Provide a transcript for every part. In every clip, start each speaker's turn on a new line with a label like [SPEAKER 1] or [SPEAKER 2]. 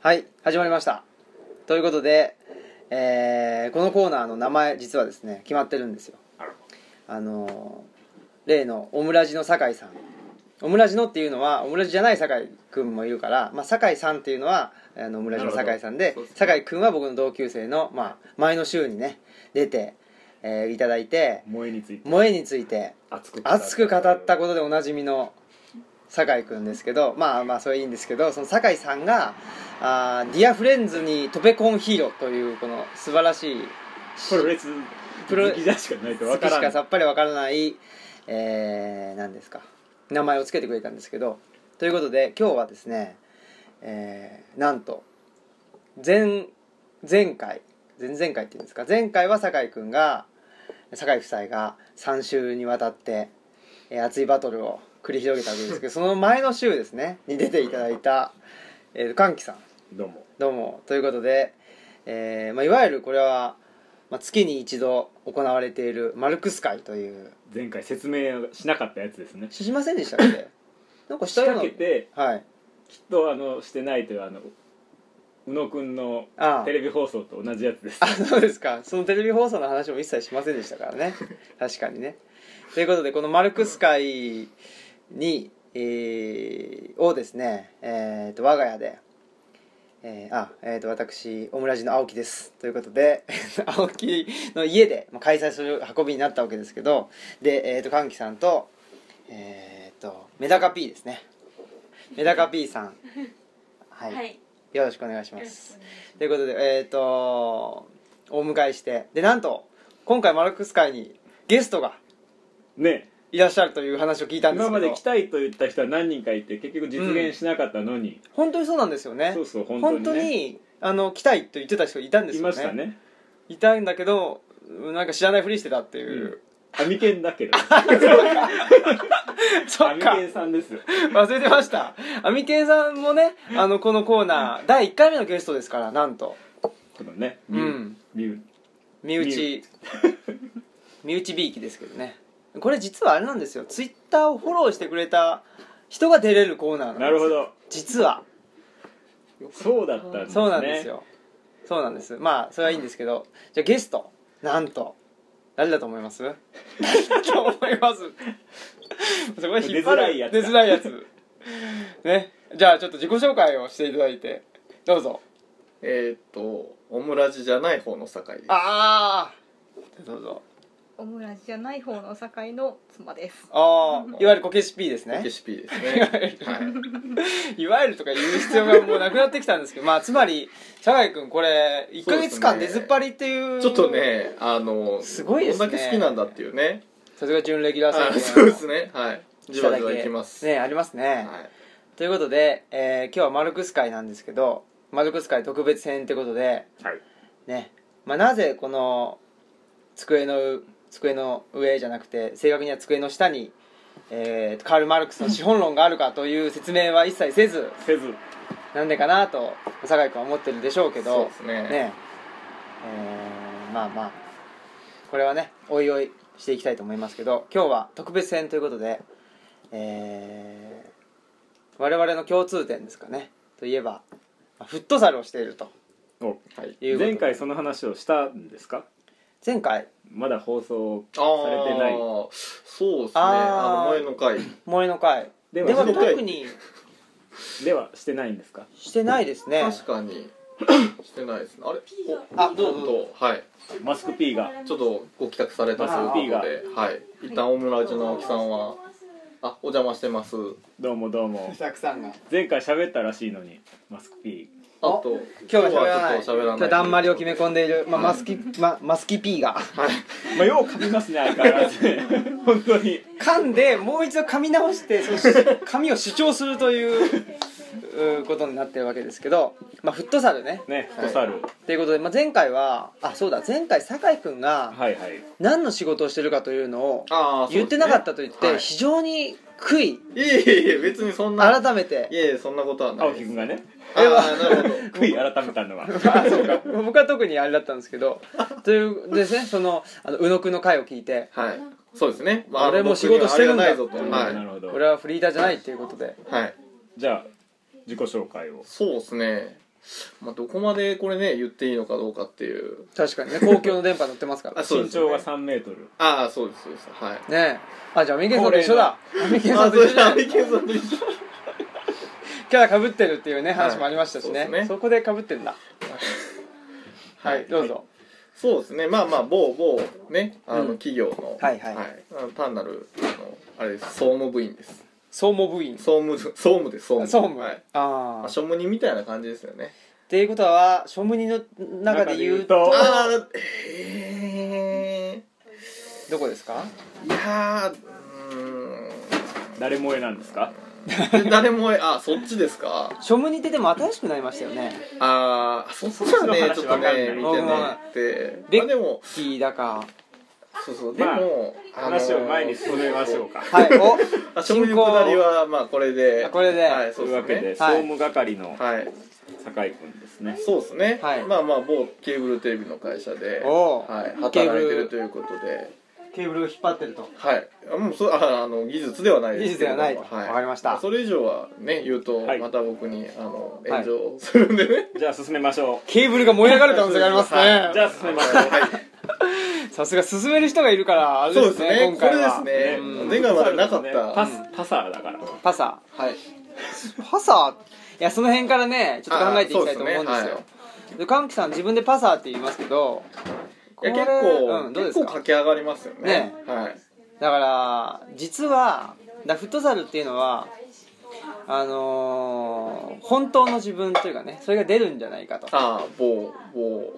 [SPEAKER 1] はい始まりましたということで、えーこのコーナーの名前実はですね決まってるんですよ
[SPEAKER 2] あら
[SPEAKER 1] あのー例のオムラジの酒井さんオムラジのっていうのはオムラジじゃない酒井君もいるから、まあ、酒井さんっていうのはあのオムラジの酒井さん
[SPEAKER 2] な
[SPEAKER 1] で
[SPEAKER 2] るほどそうです
[SPEAKER 1] 酒井君は僕の同級生の、まあ、前の週にね出て、えーいただいて
[SPEAKER 2] 萌えについて
[SPEAKER 1] 萌えについて
[SPEAKER 2] 熱く
[SPEAKER 1] 熱く語ったことでおなじみの酒井君ですけどまあまあそれいいんですけどその酒井さんが「あーディアフレンズにトペコンヒーロー」というこの素晴らしい
[SPEAKER 2] プロレス
[SPEAKER 1] プロ
[SPEAKER 2] 好きだしかないと
[SPEAKER 1] 好
[SPEAKER 2] 分
[SPEAKER 1] き
[SPEAKER 2] か
[SPEAKER 1] し
[SPEAKER 2] ら
[SPEAKER 1] か
[SPEAKER 2] ん
[SPEAKER 1] さっぱりわからないえー、何ですか名前をつけてくれたんですけどということで今日はですねえーなんと前前回前々回っていうんですか前回は酒井君が酒井夫妻が3週にわたって、えー熱いバトルを繰り広げたわけですけどその前の週ですねに出ていただいた、えー、歓喜さん
[SPEAKER 2] どうも
[SPEAKER 1] どうもということで、えーまあ、いわゆるこれは、まあ、月に一度行われているマルクス会という
[SPEAKER 2] 前回説明をしなかったやつですね
[SPEAKER 1] しませんでしたっ けなんかし
[SPEAKER 2] 仕
[SPEAKER 1] たよう
[SPEAKER 2] 掛
[SPEAKER 1] な
[SPEAKER 2] けて
[SPEAKER 1] はい
[SPEAKER 2] きっとあのしてないというあの宇野くんの
[SPEAKER 1] ああ
[SPEAKER 2] テレビ放送と同じやつです
[SPEAKER 1] あそうですかそのテレビ放送の話も一切しませんでしたからね確かにねということでこのマルクス会に、えーをですね、えー、と我が家で、えーあ、えー、と私オムラジの青木ですということで 青木の家でまあ開催する運びになったわけですけどで、えー、と歓喜さんと,、えー、とメダカ P ですねメダカ P さんはい、
[SPEAKER 3] はい。
[SPEAKER 1] よろしくお願いし
[SPEAKER 3] よ
[SPEAKER 1] ま
[SPEAKER 3] ろ
[SPEAKER 1] す
[SPEAKER 3] しくお願いし
[SPEAKER 1] ということでえっ、とお迎えしてでなんと今回マルクス会にゲストが
[SPEAKER 2] ね
[SPEAKER 1] いらっしゃるという話を聞いたんです
[SPEAKER 2] 今
[SPEAKER 1] けど
[SPEAKER 2] まで来たいと言った人は何人かいて結局実現しなかったのに、
[SPEAKER 1] 本当にそうなんですよね
[SPEAKER 2] そうそう本当に,、ね、
[SPEAKER 1] 本当に,、あの来たいと言ってた人いたんです
[SPEAKER 2] い
[SPEAKER 1] よね
[SPEAKER 2] ましたね
[SPEAKER 1] いたんだけどなんか知らないふりしてたっていう、
[SPEAKER 2] 網犬だけど
[SPEAKER 1] そっ
[SPEAKER 2] 網
[SPEAKER 1] か
[SPEAKER 2] 犬さんですよ
[SPEAKER 1] 忘れてましたアミケンさんもねあのこのコーナー第1回目のゲストですからなんと
[SPEAKER 2] このね
[SPEAKER 1] う
[SPEAKER 2] ビュ
[SPEAKER 1] ん
[SPEAKER 2] ビ
[SPEAKER 1] 身
[SPEAKER 2] ュ
[SPEAKER 1] 内身内びいきですけどねこれ実はあれなんですよツイッターをフォローしてくれた人が出れるコーナーなんです
[SPEAKER 2] なるほど
[SPEAKER 1] 実は
[SPEAKER 2] そうだったんですね
[SPEAKER 1] そうなんですよそうなんですまあそれはいいんですけどじゃあゲストなんと誰だと思います誰だと思いますそこで引っ張る
[SPEAKER 2] 出づらいやつだ
[SPEAKER 1] 出づらいやつねじゃあちょっと自己紹介をしていただいてどうぞ
[SPEAKER 4] えーっとオムラジじゃない方の酒井です
[SPEAKER 1] ああどうぞ
[SPEAKER 3] オムラジじゃない方の酒井の妻です。
[SPEAKER 1] ああいわゆるこけし P ですね
[SPEAKER 4] レシピですねはい
[SPEAKER 1] わゆるとか言う必要がもうなくなってきたんですけど、まあ、つまり、酒井君、これ、1か月間
[SPEAKER 4] そう
[SPEAKER 1] 出
[SPEAKER 4] ですね
[SPEAKER 1] ずっぱりっていう、
[SPEAKER 4] い、ちょっと、ねあの
[SPEAKER 1] すごいですね
[SPEAKER 4] どんだけ好きなんだっていうね
[SPEAKER 1] さすが準レギュラー
[SPEAKER 4] あ
[SPEAKER 1] 宣
[SPEAKER 4] そう
[SPEAKER 1] 言
[SPEAKER 4] ですねはいじわじわいきます、
[SPEAKER 1] ね、ありますね。
[SPEAKER 4] はい、
[SPEAKER 1] ということで、えー今日はマルクス会なんですけど、マルクス会特別編ってことで、
[SPEAKER 2] はい
[SPEAKER 1] ね、まあ、なぜこの、机の、机の上じゃなくて、正確には机の下に、えーカール・マルクスの資本論があるかという説明は一切せず、
[SPEAKER 2] せず
[SPEAKER 1] なんでかなと、酒井君は思ってるでしょうけど、
[SPEAKER 4] そうですね
[SPEAKER 1] ねえーまあまあこれはねおいおいしていきたいと思いますけど今日は特別編ということで、えー我々の共通点ですかねといえばまあフットサルをしていると
[SPEAKER 2] お
[SPEAKER 4] はい、
[SPEAKER 1] いうことで
[SPEAKER 2] 前回その話をしたんですか
[SPEAKER 1] 前回
[SPEAKER 2] まだ放送
[SPEAKER 4] あー
[SPEAKER 2] されてない
[SPEAKER 4] そうですね
[SPEAKER 1] あー
[SPEAKER 4] あの前の回
[SPEAKER 1] 萌えの会
[SPEAKER 2] で
[SPEAKER 1] で
[SPEAKER 2] は
[SPEAKER 1] は
[SPEAKER 4] 前の回
[SPEAKER 1] 特に
[SPEAKER 2] ではしてないんですか
[SPEAKER 1] してないですね
[SPEAKER 4] 確かにしてないですねあれ
[SPEAKER 1] があどう
[SPEAKER 4] ち
[SPEAKER 1] ぞ
[SPEAKER 4] ょっとはい
[SPEAKER 2] マスク P が
[SPEAKER 4] ちょっとご帰宅されたということで、
[SPEAKER 2] マス
[SPEAKER 4] はい、一旦オムラジの青木さんはあお邪魔してます
[SPEAKER 2] どうもどうも
[SPEAKER 1] たくさんが
[SPEAKER 2] 前回喋ったらしいのにマスク P
[SPEAKER 4] あと
[SPEAKER 1] 今日は喋らない
[SPEAKER 4] 今日はちょっと喋らない
[SPEAKER 1] 今日だんまりを決め込んでいる、まあ、マスキ、ま、マスキ P が
[SPEAKER 2] まあよう噛みますね相変わらず 本当に
[SPEAKER 1] 噛んでもう一度噛み直してそして髪を主張するといううーことになってるわけですけど、まあ、フットサルね
[SPEAKER 2] ねフットサル
[SPEAKER 1] ということで、まあ、前回はあそうだ前回酒井君が
[SPEAKER 2] はいはい
[SPEAKER 1] 何の仕事をしてるかというのを
[SPEAKER 4] あーそうですね
[SPEAKER 1] 言ってなかったと言って、
[SPEAKER 4] はい
[SPEAKER 1] 非常に悔い
[SPEAKER 4] いえいえいえ別にそんな
[SPEAKER 1] 改めて
[SPEAKER 4] いえいえそんなことはない
[SPEAKER 2] 青
[SPEAKER 4] で
[SPEAKER 2] 木
[SPEAKER 4] す
[SPEAKER 2] 君がね
[SPEAKER 4] ああなるほど
[SPEAKER 2] 悔い改めたのは
[SPEAKER 1] あそうか 僕は特にあれだったんですけどというですねそのあの宇野くんの回を聞いて
[SPEAKER 4] はいそうですね、ま
[SPEAKER 1] 俺も仕事してるんだ
[SPEAKER 4] あれがないぞと
[SPEAKER 2] な
[SPEAKER 4] は
[SPEAKER 2] るほど
[SPEAKER 1] 俺はフリーターじゃないっていうことで
[SPEAKER 4] い、はい、
[SPEAKER 2] じゃあ自己紹介を
[SPEAKER 4] そうですねまあ、どこまでこれね言っていいのかどうかっていう
[SPEAKER 1] 確かにね公共の電波乗ってますから
[SPEAKER 4] あそう
[SPEAKER 2] 身
[SPEAKER 4] ですよ
[SPEAKER 2] 長
[SPEAKER 4] ね
[SPEAKER 2] が3メートル
[SPEAKER 4] ああそうですそうですはい
[SPEAKER 1] ねえあじゃあアミケンさんと一緒だアミケンさ
[SPEAKER 4] あ
[SPEAKER 1] ん
[SPEAKER 4] そ
[SPEAKER 1] と
[SPEAKER 4] うで
[SPEAKER 1] 一緒
[SPEAKER 4] すア
[SPEAKER 1] だ
[SPEAKER 4] ミケンさんと一緒
[SPEAKER 1] キャラかぶってるっていうね話もありましたし
[SPEAKER 4] は
[SPEAKER 1] ね,、
[SPEAKER 4] い
[SPEAKER 1] そ
[SPEAKER 4] そ
[SPEAKER 1] う
[SPEAKER 4] ですね
[SPEAKER 1] こでかぶってんだはい、どうぞ
[SPEAKER 4] そうですねまあまあ某某ねあの
[SPEAKER 1] うん
[SPEAKER 4] 企業の、
[SPEAKER 1] はいはい
[SPEAKER 4] あの単なるあのあれです総務部員です
[SPEAKER 1] 総務部員
[SPEAKER 4] 総務総務です総務
[SPEAKER 1] 総務、
[SPEAKER 4] はい
[SPEAKER 1] あ
[SPEAKER 4] ま
[SPEAKER 1] あ
[SPEAKER 4] あ、庶務人みたいな感じですよね
[SPEAKER 1] っていうことは庶務人の中で言うと
[SPEAKER 2] 中で
[SPEAKER 4] ああえ
[SPEAKER 1] どこですか
[SPEAKER 4] ー、いやーう
[SPEAKER 2] 誰萌えなんですか
[SPEAKER 4] ーん誰もあそっちですか
[SPEAKER 1] 庶務人ってでも新しくなりましたよね
[SPEAKER 4] あーそっちはねちょっとね見てねって
[SPEAKER 1] で
[SPEAKER 4] まあでも
[SPEAKER 1] キーだか
[SPEAKER 4] そうそうで
[SPEAKER 2] まあ
[SPEAKER 4] も、あのー
[SPEAKER 2] 話を前に進めましょうか
[SPEAKER 1] はいお
[SPEAKER 4] あ庶務人のくだりはまあこれで
[SPEAKER 1] あこれで
[SPEAKER 4] はいそ
[SPEAKER 2] と
[SPEAKER 4] う
[SPEAKER 2] いう
[SPEAKER 4] で
[SPEAKER 2] わ
[SPEAKER 4] す
[SPEAKER 2] けで
[SPEAKER 4] ね
[SPEAKER 2] 総務係の
[SPEAKER 4] はい
[SPEAKER 2] 酒井君ですね
[SPEAKER 4] そうですね、
[SPEAKER 1] はい
[SPEAKER 4] まあまあ某ケーブルテレビの会社で、
[SPEAKER 1] おう
[SPEAKER 4] はい、
[SPEAKER 1] ケー
[SPEAKER 4] 働
[SPEAKER 1] ブル
[SPEAKER 4] いてるということで
[SPEAKER 1] ケーブルを引っ張ってると
[SPEAKER 4] はいあもうそああの技術ではないですけれども
[SPEAKER 1] 技術ではないと
[SPEAKER 4] は
[SPEAKER 1] わかりました
[SPEAKER 4] それ以上はね言うと、
[SPEAKER 2] はい
[SPEAKER 4] また僕にあの
[SPEAKER 1] は
[SPEAKER 4] 炎
[SPEAKER 1] い
[SPEAKER 4] 上するんでね、
[SPEAKER 2] じゃあ進めましょ
[SPEAKER 1] ケーブルが燃え上がる可能性があります
[SPEAKER 4] は
[SPEAKER 2] うじ
[SPEAKER 1] ね
[SPEAKER 2] ゃあ進めましょう
[SPEAKER 1] さすが進める人がいるからあれ
[SPEAKER 4] そう
[SPEAKER 1] で
[SPEAKER 4] ですす
[SPEAKER 1] ね
[SPEAKER 4] ね
[SPEAKER 1] 今
[SPEAKER 4] こ
[SPEAKER 1] 回
[SPEAKER 4] れで
[SPEAKER 1] は
[SPEAKER 4] すね、
[SPEAKER 1] うん
[SPEAKER 4] 前回までなかった、
[SPEAKER 2] パスパサーだから
[SPEAKER 1] パサ
[SPEAKER 4] はい
[SPEAKER 1] ーパサーいやその辺からねちょっと考えていきたいと思うんで
[SPEAKER 4] あ
[SPEAKER 1] す
[SPEAKER 4] そうですねは
[SPEAKER 1] よ
[SPEAKER 4] い
[SPEAKER 1] でカンキさん自分でパサーって言いますけど
[SPEAKER 4] いや
[SPEAKER 1] これ
[SPEAKER 4] 結構、
[SPEAKER 1] うん、どうで
[SPEAKER 4] 結
[SPEAKER 1] す
[SPEAKER 4] 構
[SPEAKER 1] か
[SPEAKER 4] 駆け上がりますよね
[SPEAKER 1] ね
[SPEAKER 4] はい
[SPEAKER 1] だから実はだフットサルっていうのはあのー本当の自分というかねそれが出るんじゃないかと
[SPEAKER 4] ああ某某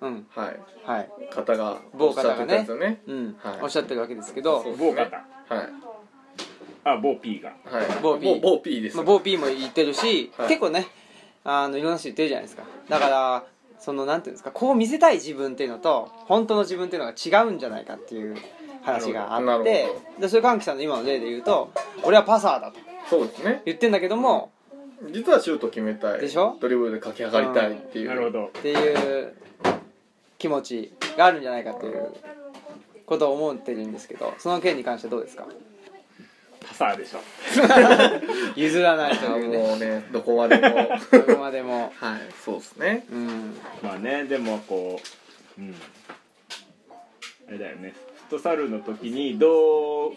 [SPEAKER 1] うん
[SPEAKER 4] はい
[SPEAKER 1] はい
[SPEAKER 4] 方が
[SPEAKER 1] 某方がね
[SPEAKER 4] おっしゃってたやつよね
[SPEAKER 1] うん、
[SPEAKER 4] はい
[SPEAKER 1] おっしゃってるわけですけ
[SPEAKER 4] そう
[SPEAKER 1] ど、
[SPEAKER 2] 某方
[SPEAKER 4] はい
[SPEAKER 2] あ某 P が
[SPEAKER 4] はい
[SPEAKER 1] 某 P
[SPEAKER 4] 某某 P です
[SPEAKER 1] ま
[SPEAKER 4] よ
[SPEAKER 1] あ、某 P も言ってるし、
[SPEAKER 4] はい
[SPEAKER 1] 結構ねあのいろんな人言ってるじゃないですかだからそのなんていうんですかこう見せたい自分っていうのと本当の自分っていうのが違うんじゃないかっていう話が
[SPEAKER 4] な
[SPEAKER 1] あ
[SPEAKER 4] る
[SPEAKER 1] っ
[SPEAKER 4] ほど
[SPEAKER 1] てでそれカンキさんの今の例で言うと俺はパサーだと
[SPEAKER 4] そうですね
[SPEAKER 1] 言ってんだけども
[SPEAKER 4] 実はシュート決めたい
[SPEAKER 1] でしょ
[SPEAKER 4] ドリブルで駆け上がりたいっていう
[SPEAKER 2] なるほど
[SPEAKER 1] っていう気持ちがあるんじゃないかっていうことを思ってるんですけどその件に関してどうですか
[SPEAKER 2] パサーでしょ
[SPEAKER 1] 譲らないと
[SPEAKER 4] あ
[SPEAKER 1] いうね
[SPEAKER 4] もうねどこ までもはい
[SPEAKER 1] どこまでも
[SPEAKER 4] そうですね
[SPEAKER 1] うん
[SPEAKER 2] まあねでもこううんあれだよねフットサルの時にどう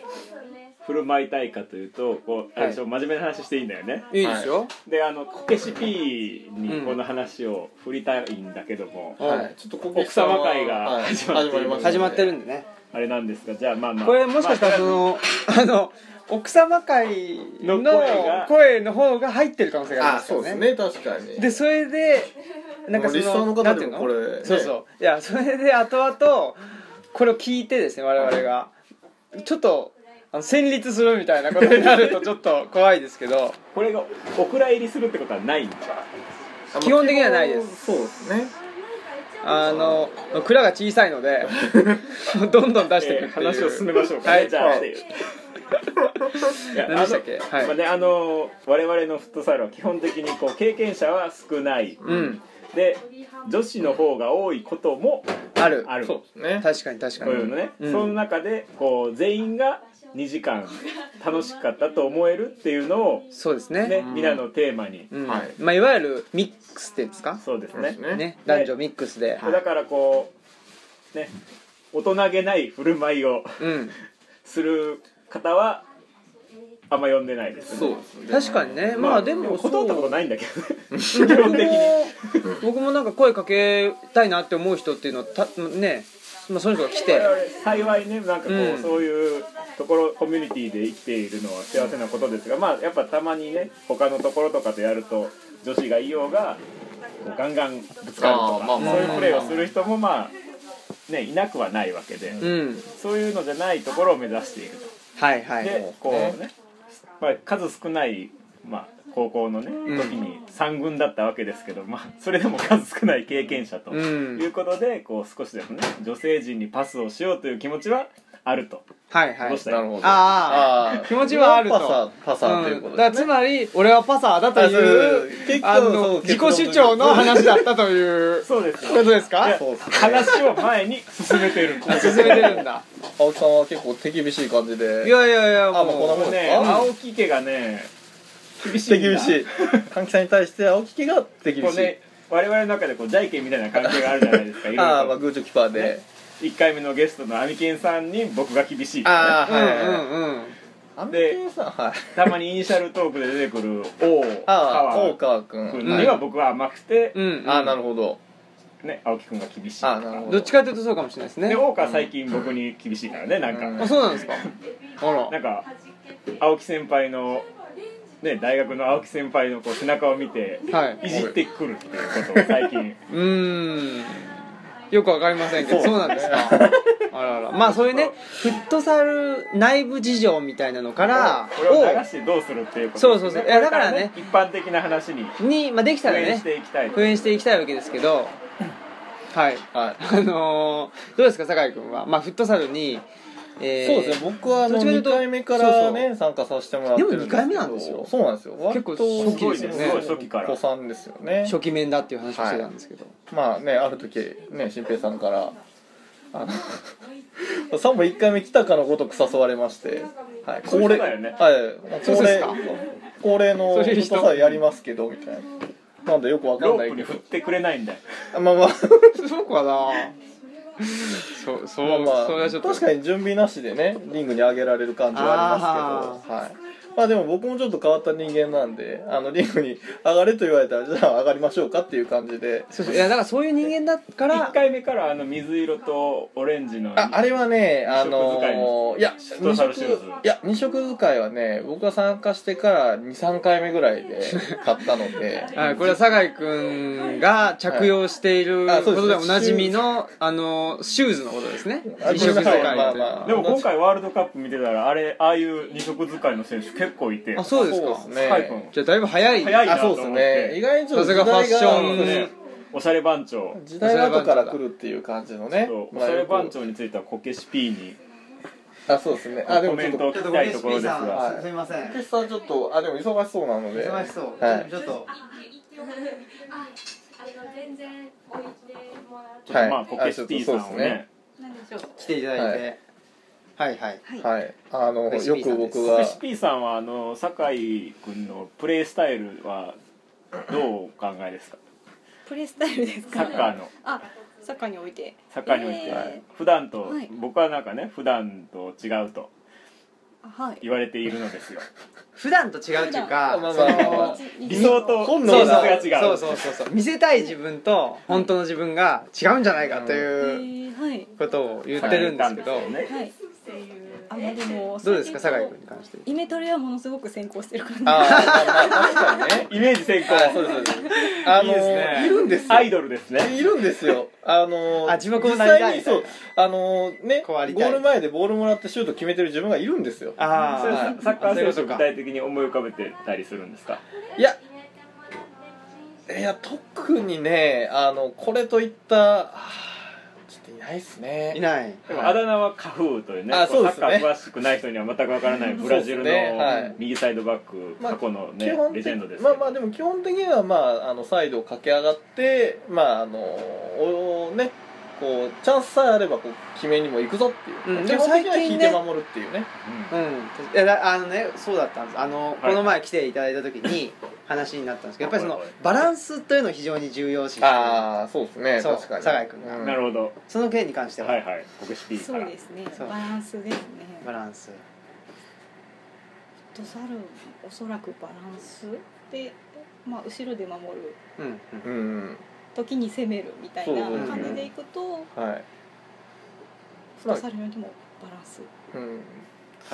[SPEAKER 2] 振る舞いたいかというとこうあれでしょ、真面目な話していいんだよね
[SPEAKER 1] いいですよ、
[SPEAKER 2] であのこけし P にこの話を振りたいんだけども、
[SPEAKER 1] うん
[SPEAKER 4] はいちょっとこ
[SPEAKER 2] 奥様会が
[SPEAKER 4] はい
[SPEAKER 2] 始まっている
[SPEAKER 4] ましたね
[SPEAKER 1] 始まってるんでね
[SPEAKER 2] あれなんですがじゃあまあまあ
[SPEAKER 1] これもしかしたらそのあの奥様会の
[SPEAKER 2] の声が
[SPEAKER 1] 声の方が入ってる可能性があり
[SPEAKER 4] あ
[SPEAKER 1] ます
[SPEAKER 4] そ
[SPEAKER 1] よ
[SPEAKER 4] うで
[SPEAKER 1] ね
[SPEAKER 4] すね確かに
[SPEAKER 1] でそれでなんかその
[SPEAKER 4] 理想の方
[SPEAKER 1] なんて
[SPEAKER 4] で
[SPEAKER 1] いう
[SPEAKER 4] もこれね
[SPEAKER 1] そうそういやそれで後々これを聞いてですね我々がちょっとあの戦慄するみたいなことになるとちょっと怖いですけど
[SPEAKER 2] これがお蔵入りするってことはないんだ
[SPEAKER 4] あ
[SPEAKER 1] 基本的にはないです
[SPEAKER 4] そうですね
[SPEAKER 1] あの蔵が小さいのでどんどん出していくってい
[SPEAKER 2] えー
[SPEAKER 1] う、
[SPEAKER 2] 話を進めましょうかね、
[SPEAKER 1] はい
[SPEAKER 2] じゃあ
[SPEAKER 1] はい
[SPEAKER 2] っていういや
[SPEAKER 1] 何でしたっけ
[SPEAKER 2] あの
[SPEAKER 1] はい
[SPEAKER 2] まあねあの我々のフットサルは基本的にこう経験者は少ない、
[SPEAKER 1] うん
[SPEAKER 2] で女子の方が多いことも
[SPEAKER 1] ある
[SPEAKER 2] ある
[SPEAKER 4] そうですね
[SPEAKER 1] 確かに確か
[SPEAKER 2] という
[SPEAKER 1] に
[SPEAKER 2] のね、
[SPEAKER 1] うん
[SPEAKER 2] その中でこう全員が2時間楽しかったと思えるっていうのを
[SPEAKER 1] そうです
[SPEAKER 2] ね
[SPEAKER 1] ね
[SPEAKER 2] 皆のテーマに、
[SPEAKER 1] うん
[SPEAKER 4] はい
[SPEAKER 1] まあ、いわゆるミックスっていうんですか
[SPEAKER 2] そうです
[SPEAKER 4] そうで
[SPEAKER 2] ね
[SPEAKER 4] すね
[SPEAKER 1] ね男女ミックスで、
[SPEAKER 4] はい
[SPEAKER 2] だからこうね大人げない振る舞いを
[SPEAKER 1] うん
[SPEAKER 2] する方はあんま呼んでないですね
[SPEAKER 4] そうですね
[SPEAKER 1] 確かにねまあでもそう
[SPEAKER 2] 断ったことないんだけどね 基
[SPEAKER 1] 僕
[SPEAKER 2] 本
[SPEAKER 1] も
[SPEAKER 2] 的に
[SPEAKER 1] 僕もなんか声かけたいなって思う人っていうのはたねまあその人が来て
[SPEAKER 2] 我々幸いねなんかこう、
[SPEAKER 1] うん
[SPEAKER 2] そういうところコミュニティで生きているのは幸せなことですがまあやっぱたまにね他のところとかでやると女子がいようがこうガンガンぶつかると
[SPEAKER 4] あー
[SPEAKER 2] か、
[SPEAKER 4] まあまあ
[SPEAKER 2] そういうプレーをする人もまあねいなくはないわけで、
[SPEAKER 1] うん
[SPEAKER 2] そういうのじゃないところを目指していると。
[SPEAKER 1] はいは
[SPEAKER 2] で
[SPEAKER 1] い
[SPEAKER 2] こうね、まあ、数少ない、まあ、高校のね
[SPEAKER 1] ん
[SPEAKER 2] 時に3軍だったわけですけど、まあ、それでも数少ない経験者と
[SPEAKER 1] うん
[SPEAKER 2] いうことで、こう少しでもね女性陣にパスをしようという気持ちはあると
[SPEAKER 1] はいは
[SPEAKER 2] ど
[SPEAKER 1] いう
[SPEAKER 2] した
[SPEAKER 4] なるほど
[SPEAKER 1] あ
[SPEAKER 4] ー
[SPEAKER 1] 気持ちはあると
[SPEAKER 4] パサーパサーという
[SPEAKER 1] う
[SPEAKER 4] こ
[SPEAKER 1] ん、
[SPEAKER 4] と
[SPEAKER 1] だ
[SPEAKER 4] で
[SPEAKER 1] からつまり俺はパサーだと
[SPEAKER 4] あそう
[SPEAKER 1] い
[SPEAKER 4] 結
[SPEAKER 1] う
[SPEAKER 4] 構
[SPEAKER 1] あ
[SPEAKER 4] そ
[SPEAKER 1] の
[SPEAKER 4] う
[SPEAKER 1] 自
[SPEAKER 4] 結
[SPEAKER 1] 己
[SPEAKER 4] 構
[SPEAKER 1] 主張の話だったという
[SPEAKER 2] そうです
[SPEAKER 1] ことです
[SPEAKER 2] い
[SPEAKER 1] か
[SPEAKER 2] や
[SPEAKER 4] そうですね
[SPEAKER 2] 話を前に進め ているこ
[SPEAKER 1] あ進めてるんだ
[SPEAKER 4] 青木さんは結構手厳しい感じで
[SPEAKER 1] いやいやいや
[SPEAKER 4] あもうこんな
[SPEAKER 1] も
[SPEAKER 4] もん
[SPEAKER 1] う
[SPEAKER 2] ね
[SPEAKER 4] うん
[SPEAKER 2] 青木家がね厳しい
[SPEAKER 4] 手
[SPEAKER 2] んだ
[SPEAKER 4] 厳しい換気さんに対して青木家が手厳
[SPEAKER 2] こう
[SPEAKER 4] しい、
[SPEAKER 2] ね我々の中でこうジャイケンみたいな関係があるじゃないですかいろいろと
[SPEAKER 4] ああまあグーチョキパーで、
[SPEAKER 2] 1回目のゲストのアミケンさんに僕が厳しい、ね、
[SPEAKER 4] あ
[SPEAKER 1] う
[SPEAKER 4] あ
[SPEAKER 1] ん
[SPEAKER 4] は
[SPEAKER 1] う
[SPEAKER 4] いはいはい、
[SPEAKER 1] んうん
[SPEAKER 4] あんけさんはい
[SPEAKER 2] たまにイニシャルトークで出てくる王
[SPEAKER 4] ああ大
[SPEAKER 2] 川
[SPEAKER 4] 川君
[SPEAKER 2] 君
[SPEAKER 1] ん
[SPEAKER 2] には僕は甘くて、
[SPEAKER 1] うんうん
[SPEAKER 4] ああなるほど
[SPEAKER 2] ね、青木君が厳しい
[SPEAKER 4] ああなるほ
[SPEAKER 1] どっちかというとそうかもしれないですね
[SPEAKER 2] で大川最近僕に厳しいからねなんか、
[SPEAKER 4] うん
[SPEAKER 1] あそうなん ですかあら
[SPEAKER 2] なんか青木先輩の、ね、大学の青木先輩のこう背中を見て
[SPEAKER 1] はい
[SPEAKER 2] いじってくるっていうことを 最近
[SPEAKER 1] うーんよくわかりませんけど
[SPEAKER 2] そ
[SPEAKER 1] そううなんですかあらあらまあそういうねフットサル内部事情みたいなのから
[SPEAKER 2] これを流してどうするっていうこと
[SPEAKER 1] そうそうそういやだからね
[SPEAKER 2] 一般的な話に
[SPEAKER 1] をに、まあ、できた
[SPEAKER 2] 復
[SPEAKER 1] ら
[SPEAKER 2] 縁
[SPEAKER 1] ね
[SPEAKER 2] していきたいと
[SPEAKER 1] 復縁していきたいわけですけどはい
[SPEAKER 4] はい
[SPEAKER 1] あのーどうですか酒井君はまあフットサルに、えー
[SPEAKER 4] そうですね僕はあ
[SPEAKER 1] ど
[SPEAKER 4] の
[SPEAKER 1] っちかとい
[SPEAKER 4] 2
[SPEAKER 1] うと
[SPEAKER 4] 回目からね参加させてもらってる
[SPEAKER 1] でも二回目なんですよ
[SPEAKER 4] そうなんですよ
[SPEAKER 1] 結構
[SPEAKER 4] 割と
[SPEAKER 1] 初期ですよね
[SPEAKER 4] すごい
[SPEAKER 2] 初期から
[SPEAKER 4] お子さんですよね
[SPEAKER 1] 初期面だっていう話をしてたんですけど、
[SPEAKER 4] まあねある時ね新平さんからあの サンボ1回目来たかのごとく誘われまして、はい、
[SPEAKER 2] そういう人だよね
[SPEAKER 4] はいまあ
[SPEAKER 1] そう
[SPEAKER 4] 恒
[SPEAKER 1] です
[SPEAKER 4] 例
[SPEAKER 1] か
[SPEAKER 4] 恒例の
[SPEAKER 1] そういう人
[SPEAKER 4] 人さやりますけどみたいななんでよくわか
[SPEAKER 2] ロ
[SPEAKER 4] んな
[SPEAKER 2] ー
[SPEAKER 4] い
[SPEAKER 2] プ
[SPEAKER 4] け
[SPEAKER 2] に
[SPEAKER 4] ど
[SPEAKER 2] 振ってくれないんだよ
[SPEAKER 4] あまあまあ
[SPEAKER 1] そうかなそうそう、
[SPEAKER 4] まあまあ
[SPEAKER 1] それはちょっと
[SPEAKER 4] 確かに準備なしでねリングに上げられる感じはありますけどはいまあでも僕もちょっと変わった人間なんであのリングに上がれと言われたらじゃあ上がりましょうかっていう感じで
[SPEAKER 1] そうそういやだからそういう人間だか
[SPEAKER 2] 1
[SPEAKER 1] ら
[SPEAKER 2] 回目からあの水色とオレンジの
[SPEAKER 4] ああれはねあ
[SPEAKER 2] 二色使い
[SPEAKER 4] の
[SPEAKER 2] の
[SPEAKER 4] いや
[SPEAKER 2] シュ
[SPEAKER 4] 二
[SPEAKER 2] トサル
[SPEAKER 4] 色
[SPEAKER 2] シューズ
[SPEAKER 4] いや二色使いはね僕が参加してから23回目ぐらいで買ったの で
[SPEAKER 1] はい、これは酒井君が着用している
[SPEAKER 4] はいあ
[SPEAKER 1] こ
[SPEAKER 4] そうです
[SPEAKER 1] とでおなじみのあのシューズのことですね
[SPEAKER 4] あ
[SPEAKER 1] 二色使い
[SPEAKER 4] はいまあまあ
[SPEAKER 2] でも今回ワールドカップ見てたらあれああいう二色使いの選手結構いて
[SPEAKER 1] あそうですか
[SPEAKER 4] そうですね
[SPEAKER 2] スカイ君
[SPEAKER 1] じゃあだいぶ早い
[SPEAKER 2] 早い
[SPEAKER 4] あ
[SPEAKER 2] なと
[SPEAKER 4] そう
[SPEAKER 2] 思っ
[SPEAKER 4] で
[SPEAKER 2] て
[SPEAKER 4] すね意外にちょっと
[SPEAKER 1] さすが
[SPEAKER 4] 時
[SPEAKER 1] ファッ
[SPEAKER 4] 代
[SPEAKER 1] ション
[SPEAKER 4] が
[SPEAKER 2] ねおしゃれ番長
[SPEAKER 4] 時代が後から来るっていう感じのね
[SPEAKER 2] そうお
[SPEAKER 4] ま
[SPEAKER 2] し
[SPEAKER 4] あ
[SPEAKER 2] ゃれ番長についてはこけし P に
[SPEAKER 4] あそうですねあで
[SPEAKER 2] コ
[SPEAKER 4] もち
[SPEAKER 2] メ
[SPEAKER 4] ょっ
[SPEAKER 2] ン
[SPEAKER 4] と
[SPEAKER 2] トを聞きたいところです
[SPEAKER 4] は
[SPEAKER 2] が
[SPEAKER 4] いす
[SPEAKER 1] みませ
[SPEAKER 4] ペスさんちょっとあでも忙しそうなのではい
[SPEAKER 1] ょっと
[SPEAKER 5] 全然置いてもらって。
[SPEAKER 4] はい
[SPEAKER 2] まあこけし P さんをね
[SPEAKER 3] なんでしょう。
[SPEAKER 1] 来ていただいてはいはい
[SPEAKER 3] はい。
[SPEAKER 4] はいあの
[SPEAKER 1] レシ
[SPEAKER 4] よ
[SPEAKER 1] ピさ
[SPEAKER 4] く
[SPEAKER 1] んです
[SPEAKER 4] 僕
[SPEAKER 2] こ
[SPEAKER 4] が
[SPEAKER 2] けし P さんはあの酒井君のプレースタイルはどうお考えですか
[SPEAKER 3] プレースタイルですか。
[SPEAKER 2] サッカーの
[SPEAKER 3] あ、サッカーにおいて。
[SPEAKER 2] サッカーにおいて、
[SPEAKER 3] えーはい
[SPEAKER 2] 普段と、
[SPEAKER 3] はい
[SPEAKER 2] 僕はなんかね普段と違うと
[SPEAKER 3] あはい。
[SPEAKER 2] 言われているのですよ
[SPEAKER 1] 普段と違うっていうか
[SPEAKER 4] まあ
[SPEAKER 1] そ
[SPEAKER 4] まあまあ
[SPEAKER 1] の
[SPEAKER 4] まあ
[SPEAKER 2] 理想と
[SPEAKER 4] 本
[SPEAKER 2] 本
[SPEAKER 4] 能
[SPEAKER 2] 能
[SPEAKER 4] が
[SPEAKER 2] が違う
[SPEAKER 1] そうそうそうそう見せたい自分と本当の自分が違うんじゃないかと
[SPEAKER 3] え
[SPEAKER 1] いう
[SPEAKER 3] ーはい。
[SPEAKER 1] ことを言ってるんですけど、
[SPEAKER 2] ね
[SPEAKER 3] はい。あまあでも
[SPEAKER 1] どうですか
[SPEAKER 3] 最
[SPEAKER 1] 酒井
[SPEAKER 3] 近
[SPEAKER 1] 君に関して
[SPEAKER 3] イメトレはものすごく先行してる感じ。
[SPEAKER 4] あーまあまあ確かにね
[SPEAKER 2] イメージ先行
[SPEAKER 4] はいそうですそうですあの
[SPEAKER 2] いいですね
[SPEAKER 4] いるんですよ
[SPEAKER 2] アイドルですね
[SPEAKER 4] いるんですよあの
[SPEAKER 1] あ自分はこう
[SPEAKER 4] 実
[SPEAKER 1] なりたい
[SPEAKER 4] 際にそう
[SPEAKER 1] みたい
[SPEAKER 4] あのねゴ
[SPEAKER 1] こうありたい
[SPEAKER 4] ール前でボールもらってシュート決めてる自分がいるんですよ
[SPEAKER 1] あ
[SPEAKER 2] それ
[SPEAKER 1] あ
[SPEAKER 4] は
[SPEAKER 2] サ
[SPEAKER 4] い
[SPEAKER 2] サッカー選手
[SPEAKER 1] そう
[SPEAKER 2] を
[SPEAKER 1] か
[SPEAKER 2] 具体的に思い浮かべてたりするんですか
[SPEAKER 4] いやいや特にねあのこれといったあーちょっといないですね
[SPEAKER 1] いない
[SPEAKER 2] でもあだ名はカフーというね
[SPEAKER 4] あ
[SPEAKER 2] こ
[SPEAKER 4] そう
[SPEAKER 2] う
[SPEAKER 4] で
[SPEAKER 2] サ
[SPEAKER 4] す
[SPEAKER 2] ッ
[SPEAKER 4] ね
[SPEAKER 2] カー詳しくない人には全くわからないブラジル
[SPEAKER 4] そうですねは
[SPEAKER 2] の
[SPEAKER 4] い
[SPEAKER 2] 右サイドバック
[SPEAKER 4] まあ
[SPEAKER 2] 過去の
[SPEAKER 4] 基
[SPEAKER 2] ね
[SPEAKER 4] 本
[SPEAKER 2] レ
[SPEAKER 4] 的
[SPEAKER 2] ジェンドですけ
[SPEAKER 4] まあ
[SPEAKER 2] ど
[SPEAKER 4] まあでも基本的にはまああのサイドを駆け上がってまああのおねこうチャンスさえあればこう決めにも行くぞっていう、
[SPEAKER 1] うん
[SPEAKER 4] 基
[SPEAKER 1] でも
[SPEAKER 4] 本的には
[SPEAKER 1] 最
[SPEAKER 4] 引
[SPEAKER 1] 近
[SPEAKER 4] いて
[SPEAKER 1] ね
[SPEAKER 4] 守るっていうね
[SPEAKER 2] う
[SPEAKER 1] うんんいやだあのねそうだったんですあの、
[SPEAKER 2] はい
[SPEAKER 1] この前来ていただいた時 に話になったんですけどやっぱりその、
[SPEAKER 2] はいはい
[SPEAKER 1] バランスというのを非常に重要視して
[SPEAKER 4] ああそうですね
[SPEAKER 1] そう
[SPEAKER 4] 確かに
[SPEAKER 1] 酒井君が
[SPEAKER 4] うん
[SPEAKER 2] なるほど
[SPEAKER 1] その件に関しては、
[SPEAKER 2] はいはい国士 P か
[SPEAKER 3] そう
[SPEAKER 2] ら
[SPEAKER 3] ですね。
[SPEAKER 1] そう
[SPEAKER 3] バランスですね。
[SPEAKER 1] バランス
[SPEAKER 3] フットサルおそらくバランスで、まあ後ろで守る
[SPEAKER 1] うんうん
[SPEAKER 4] うん
[SPEAKER 3] 時に攻めるみたいな
[SPEAKER 4] そう
[SPEAKER 1] そう
[SPEAKER 3] 感じでいくと、
[SPEAKER 4] はい
[SPEAKER 3] フットサルにおいてもバランス。
[SPEAKER 4] うん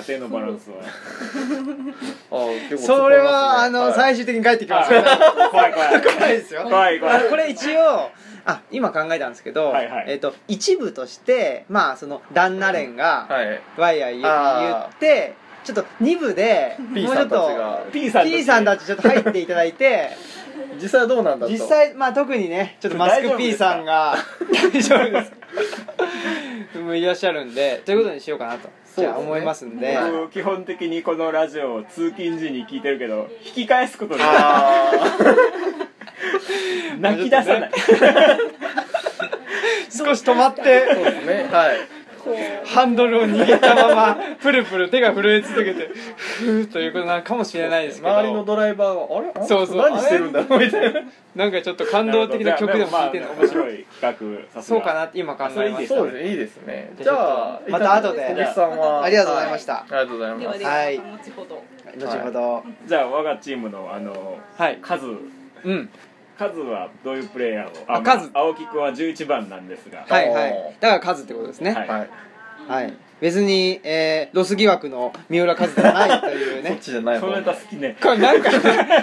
[SPEAKER 2] 家庭のバランスは
[SPEAKER 4] あー結構突っ込みますね
[SPEAKER 1] それは、あの、
[SPEAKER 4] はい
[SPEAKER 1] 最終的に帰ってきますから
[SPEAKER 2] あ怖い怖 い
[SPEAKER 1] 怖いですよ
[SPEAKER 2] 怖い怖い
[SPEAKER 1] あこれ一応あ今考えたんですけど、
[SPEAKER 2] はいはい
[SPEAKER 1] えっと一部としてまあその旦那連が
[SPEAKER 4] はい
[SPEAKER 1] ワイヤー言,、
[SPEAKER 4] あ
[SPEAKER 1] っ
[SPEAKER 4] ー
[SPEAKER 1] てちょっと二部で
[SPEAKER 4] P
[SPEAKER 1] もうち
[SPEAKER 4] さ
[SPEAKER 1] ょ
[SPEAKER 4] ん
[SPEAKER 1] った
[SPEAKER 4] ち
[SPEAKER 1] と
[SPEAKER 4] が
[SPEAKER 2] P さん
[SPEAKER 1] P さんたちちょっと入っていただいて
[SPEAKER 4] 実際はどうなんだと
[SPEAKER 1] 実際まあ特にねちょっとマスク P さんが大丈夫ですかもういらっしゃるんでということにしようかなと、
[SPEAKER 4] そうですね
[SPEAKER 1] じゃあ思いますんで、
[SPEAKER 2] 僕基本的にこのラジオを通勤時に聞いてるけど引き返すことで
[SPEAKER 4] あー
[SPEAKER 2] 泣き出さない
[SPEAKER 1] 少し止まって
[SPEAKER 4] そうですねはい
[SPEAKER 3] こう
[SPEAKER 1] ハンドルを握ったままプルプル手が震え続けてふーということなのかもしれないですけど
[SPEAKER 4] 周りのドライバーがあれあれ
[SPEAKER 1] そうそう
[SPEAKER 4] 何してるんだろうみたいな
[SPEAKER 1] なんかちょっと感動的な曲でも聴いてるの
[SPEAKER 2] な
[SPEAKER 1] かも
[SPEAKER 2] るほ
[SPEAKER 1] し
[SPEAKER 2] ど
[SPEAKER 1] れ
[SPEAKER 2] じゃあ
[SPEAKER 1] ない
[SPEAKER 2] 面白い企画さすが
[SPEAKER 1] そうかなって今考えました
[SPEAKER 4] そうですねいいですね
[SPEAKER 1] じ
[SPEAKER 4] じ
[SPEAKER 1] ゃあ
[SPEAKER 4] ゃあ
[SPEAKER 1] また後で
[SPEAKER 4] 小木さんは
[SPEAKER 1] ありがとうございまし
[SPEAKER 4] は
[SPEAKER 1] た
[SPEAKER 4] いありがとうござい
[SPEAKER 3] では
[SPEAKER 4] ます
[SPEAKER 3] では、
[SPEAKER 1] はい
[SPEAKER 3] また後ほど
[SPEAKER 1] 後ほど
[SPEAKER 2] じゃあ我がチームのあの
[SPEAKER 1] はい
[SPEAKER 2] 数
[SPEAKER 1] うん
[SPEAKER 2] 数はどういうプレイヤーを
[SPEAKER 1] あカズ
[SPEAKER 2] 青木君は11番なんですが
[SPEAKER 1] はいはいだから数ってことですね
[SPEAKER 2] は
[SPEAKER 4] はい
[SPEAKER 1] はい別に、えーロス疑惑の三浦和ではないという
[SPEAKER 4] そっ
[SPEAKER 1] ね
[SPEAKER 4] ちじゃない
[SPEAKER 2] そ
[SPEAKER 4] 方
[SPEAKER 2] の
[SPEAKER 4] ね
[SPEAKER 2] ネタ好きね
[SPEAKER 1] これなん か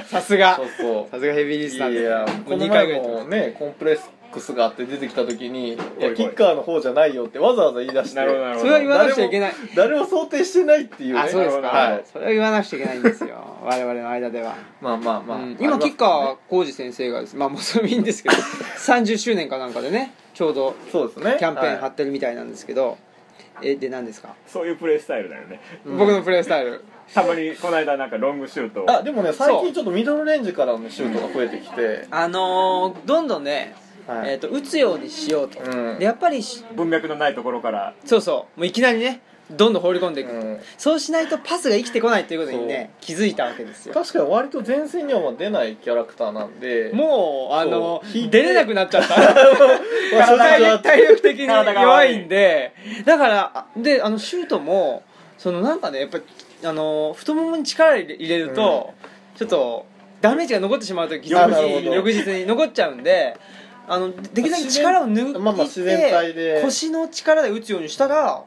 [SPEAKER 1] さすが
[SPEAKER 4] そうそう
[SPEAKER 1] さすがヘビーリスナー
[SPEAKER 4] いや
[SPEAKER 1] です
[SPEAKER 4] こ
[SPEAKER 1] もう
[SPEAKER 4] の
[SPEAKER 1] 2回ぐら
[SPEAKER 4] 前
[SPEAKER 1] い言っ
[SPEAKER 4] もねコンプレックスがあって出てきた時にい
[SPEAKER 2] おいお
[SPEAKER 4] や
[SPEAKER 2] い
[SPEAKER 4] キッカーの方じゃないよってわざわざ言い出して
[SPEAKER 2] なるほどな
[SPEAKER 1] てま
[SPEAKER 2] るほ
[SPEAKER 1] す
[SPEAKER 2] ど
[SPEAKER 1] それは言わなくちゃいけない
[SPEAKER 4] 誰も想定してないっていうね
[SPEAKER 1] あそうですか、
[SPEAKER 4] はい
[SPEAKER 1] それは言わなくちゃいけないんですよ我々の間では、
[SPEAKER 4] まあまあまあ、
[SPEAKER 1] うん今
[SPEAKER 4] ありますね
[SPEAKER 1] 吉川浩司先生がですまあもうそれもいいんです けど30周年かなんかでねちょうど
[SPEAKER 4] そうですね
[SPEAKER 1] キャンペーン張
[SPEAKER 4] はい
[SPEAKER 1] ってるみたいなんですけど、えで何ですか、
[SPEAKER 2] そういうプレイスタイルだよね
[SPEAKER 1] 僕のプレースタイル
[SPEAKER 2] たまにこの間なんかロングシュートを
[SPEAKER 4] あでもね最近ちょっとミドルレンジからのシュートが増えてきて、
[SPEAKER 1] あのーどんどんね、
[SPEAKER 4] はい
[SPEAKER 1] えー、と打つようにしようと、
[SPEAKER 4] うん
[SPEAKER 1] でやっぱりし
[SPEAKER 2] 文脈のないところから
[SPEAKER 1] そうそうもういきなりねどんどん放り込んでいく、
[SPEAKER 4] うん
[SPEAKER 1] そうしないとパスが生きてこないということにね気づいたわけですよ
[SPEAKER 4] 確かに割と前線には出ないキャラクターなんで
[SPEAKER 1] もうあの
[SPEAKER 4] そう
[SPEAKER 1] ー出れなくなっちゃった
[SPEAKER 4] まあ正直は
[SPEAKER 1] 体 体力的に
[SPEAKER 2] 体が
[SPEAKER 1] 弱
[SPEAKER 2] 悪い
[SPEAKER 1] いんでだからあであのシュートもそのなんかねやっぱりあのー太ももに力入れ入れると、ちょっとダメージが残ってしまうとき
[SPEAKER 4] あなるほど
[SPEAKER 1] 翌日に残っちゃうんであのできるだけ力を抜いて、
[SPEAKER 4] まあまあ自然体で
[SPEAKER 1] 腰の力で打つようにしたら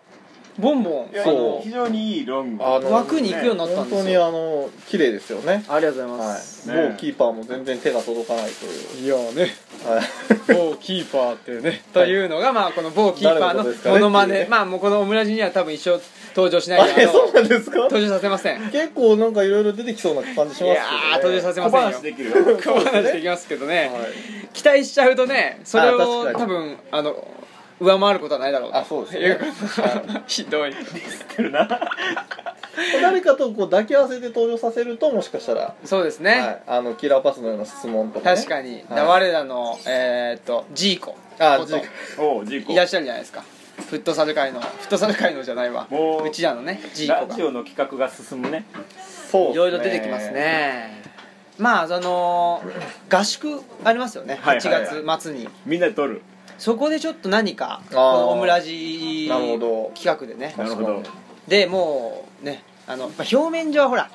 [SPEAKER 1] ボンボン
[SPEAKER 2] いや
[SPEAKER 1] あ
[SPEAKER 4] そう
[SPEAKER 1] の
[SPEAKER 2] 非常にいいロング
[SPEAKER 4] あの
[SPEAKER 1] 枠に行くようにな
[SPEAKER 2] ね
[SPEAKER 1] ったん
[SPEAKER 4] 本
[SPEAKER 1] で
[SPEAKER 4] 当
[SPEAKER 1] す
[SPEAKER 4] に
[SPEAKER 1] よ、
[SPEAKER 4] あの綺麗ですよね、
[SPEAKER 1] ありがとうございま
[SPEAKER 4] は
[SPEAKER 1] す、
[SPEAKER 4] い
[SPEAKER 2] ね
[SPEAKER 4] もうキーパーも全然手が届かないという、
[SPEAKER 1] い、やーね
[SPEAKER 4] はい、
[SPEAKER 1] 某キーパーっていうねというのがまあこの某キーパーの
[SPEAKER 4] 誰のことですかね
[SPEAKER 1] モノマネ
[SPEAKER 4] っていうね
[SPEAKER 1] まあもうこのオムラジには多分一生登場しない
[SPEAKER 4] あ
[SPEAKER 1] で
[SPEAKER 4] れ
[SPEAKER 1] あろ
[SPEAKER 4] そう
[SPEAKER 1] う
[SPEAKER 4] なんですか
[SPEAKER 1] 登場させませんい
[SPEAKER 4] 結構なんかいろいろ出てきそうな感じしますけど、ね、
[SPEAKER 1] やー登場させま
[SPEAKER 2] 小
[SPEAKER 1] せん
[SPEAKER 2] 話
[SPEAKER 1] よ
[SPEAKER 2] できるよ
[SPEAKER 1] 小話できますけどね
[SPEAKER 4] はい
[SPEAKER 1] 期待しちゃうとねそれ
[SPEAKER 4] あ確か
[SPEAKER 1] を
[SPEAKER 4] に
[SPEAKER 1] 多分あの上回ることはないだろう
[SPEAKER 4] あそうですね
[SPEAKER 1] いうことひどい
[SPEAKER 2] ってるな
[SPEAKER 4] 誰かとこう抱き合わせて登場させるともしかしたら、
[SPEAKER 1] そうです
[SPEAKER 4] は
[SPEAKER 1] ね
[SPEAKER 4] い、あのキラーパスのような質問とか、ね、
[SPEAKER 1] 確かに
[SPEAKER 4] はい
[SPEAKER 1] だ我らのえーっとジーコ
[SPEAKER 4] あ
[SPEAKER 1] こと
[SPEAKER 4] ジーコ
[SPEAKER 2] おうジーコ
[SPEAKER 1] いらっしゃるじゃないですかフットサル界のフットサル界のじゃないわ
[SPEAKER 2] もう
[SPEAKER 1] うちらのねジー
[SPEAKER 2] ラ
[SPEAKER 1] コが
[SPEAKER 2] ジオの企画が進むね
[SPEAKER 4] そうっすね
[SPEAKER 1] いろいろ出てきますねまあその合宿ありますよね
[SPEAKER 2] はい
[SPEAKER 1] 8月末に、
[SPEAKER 2] みんなで撮る
[SPEAKER 1] そこでちょっと何か
[SPEAKER 4] あー
[SPEAKER 1] このオムラジ
[SPEAKER 4] なるほど
[SPEAKER 1] 企画でね
[SPEAKER 2] なるほど
[SPEAKER 1] でもうねあの、まあ、表面上はほら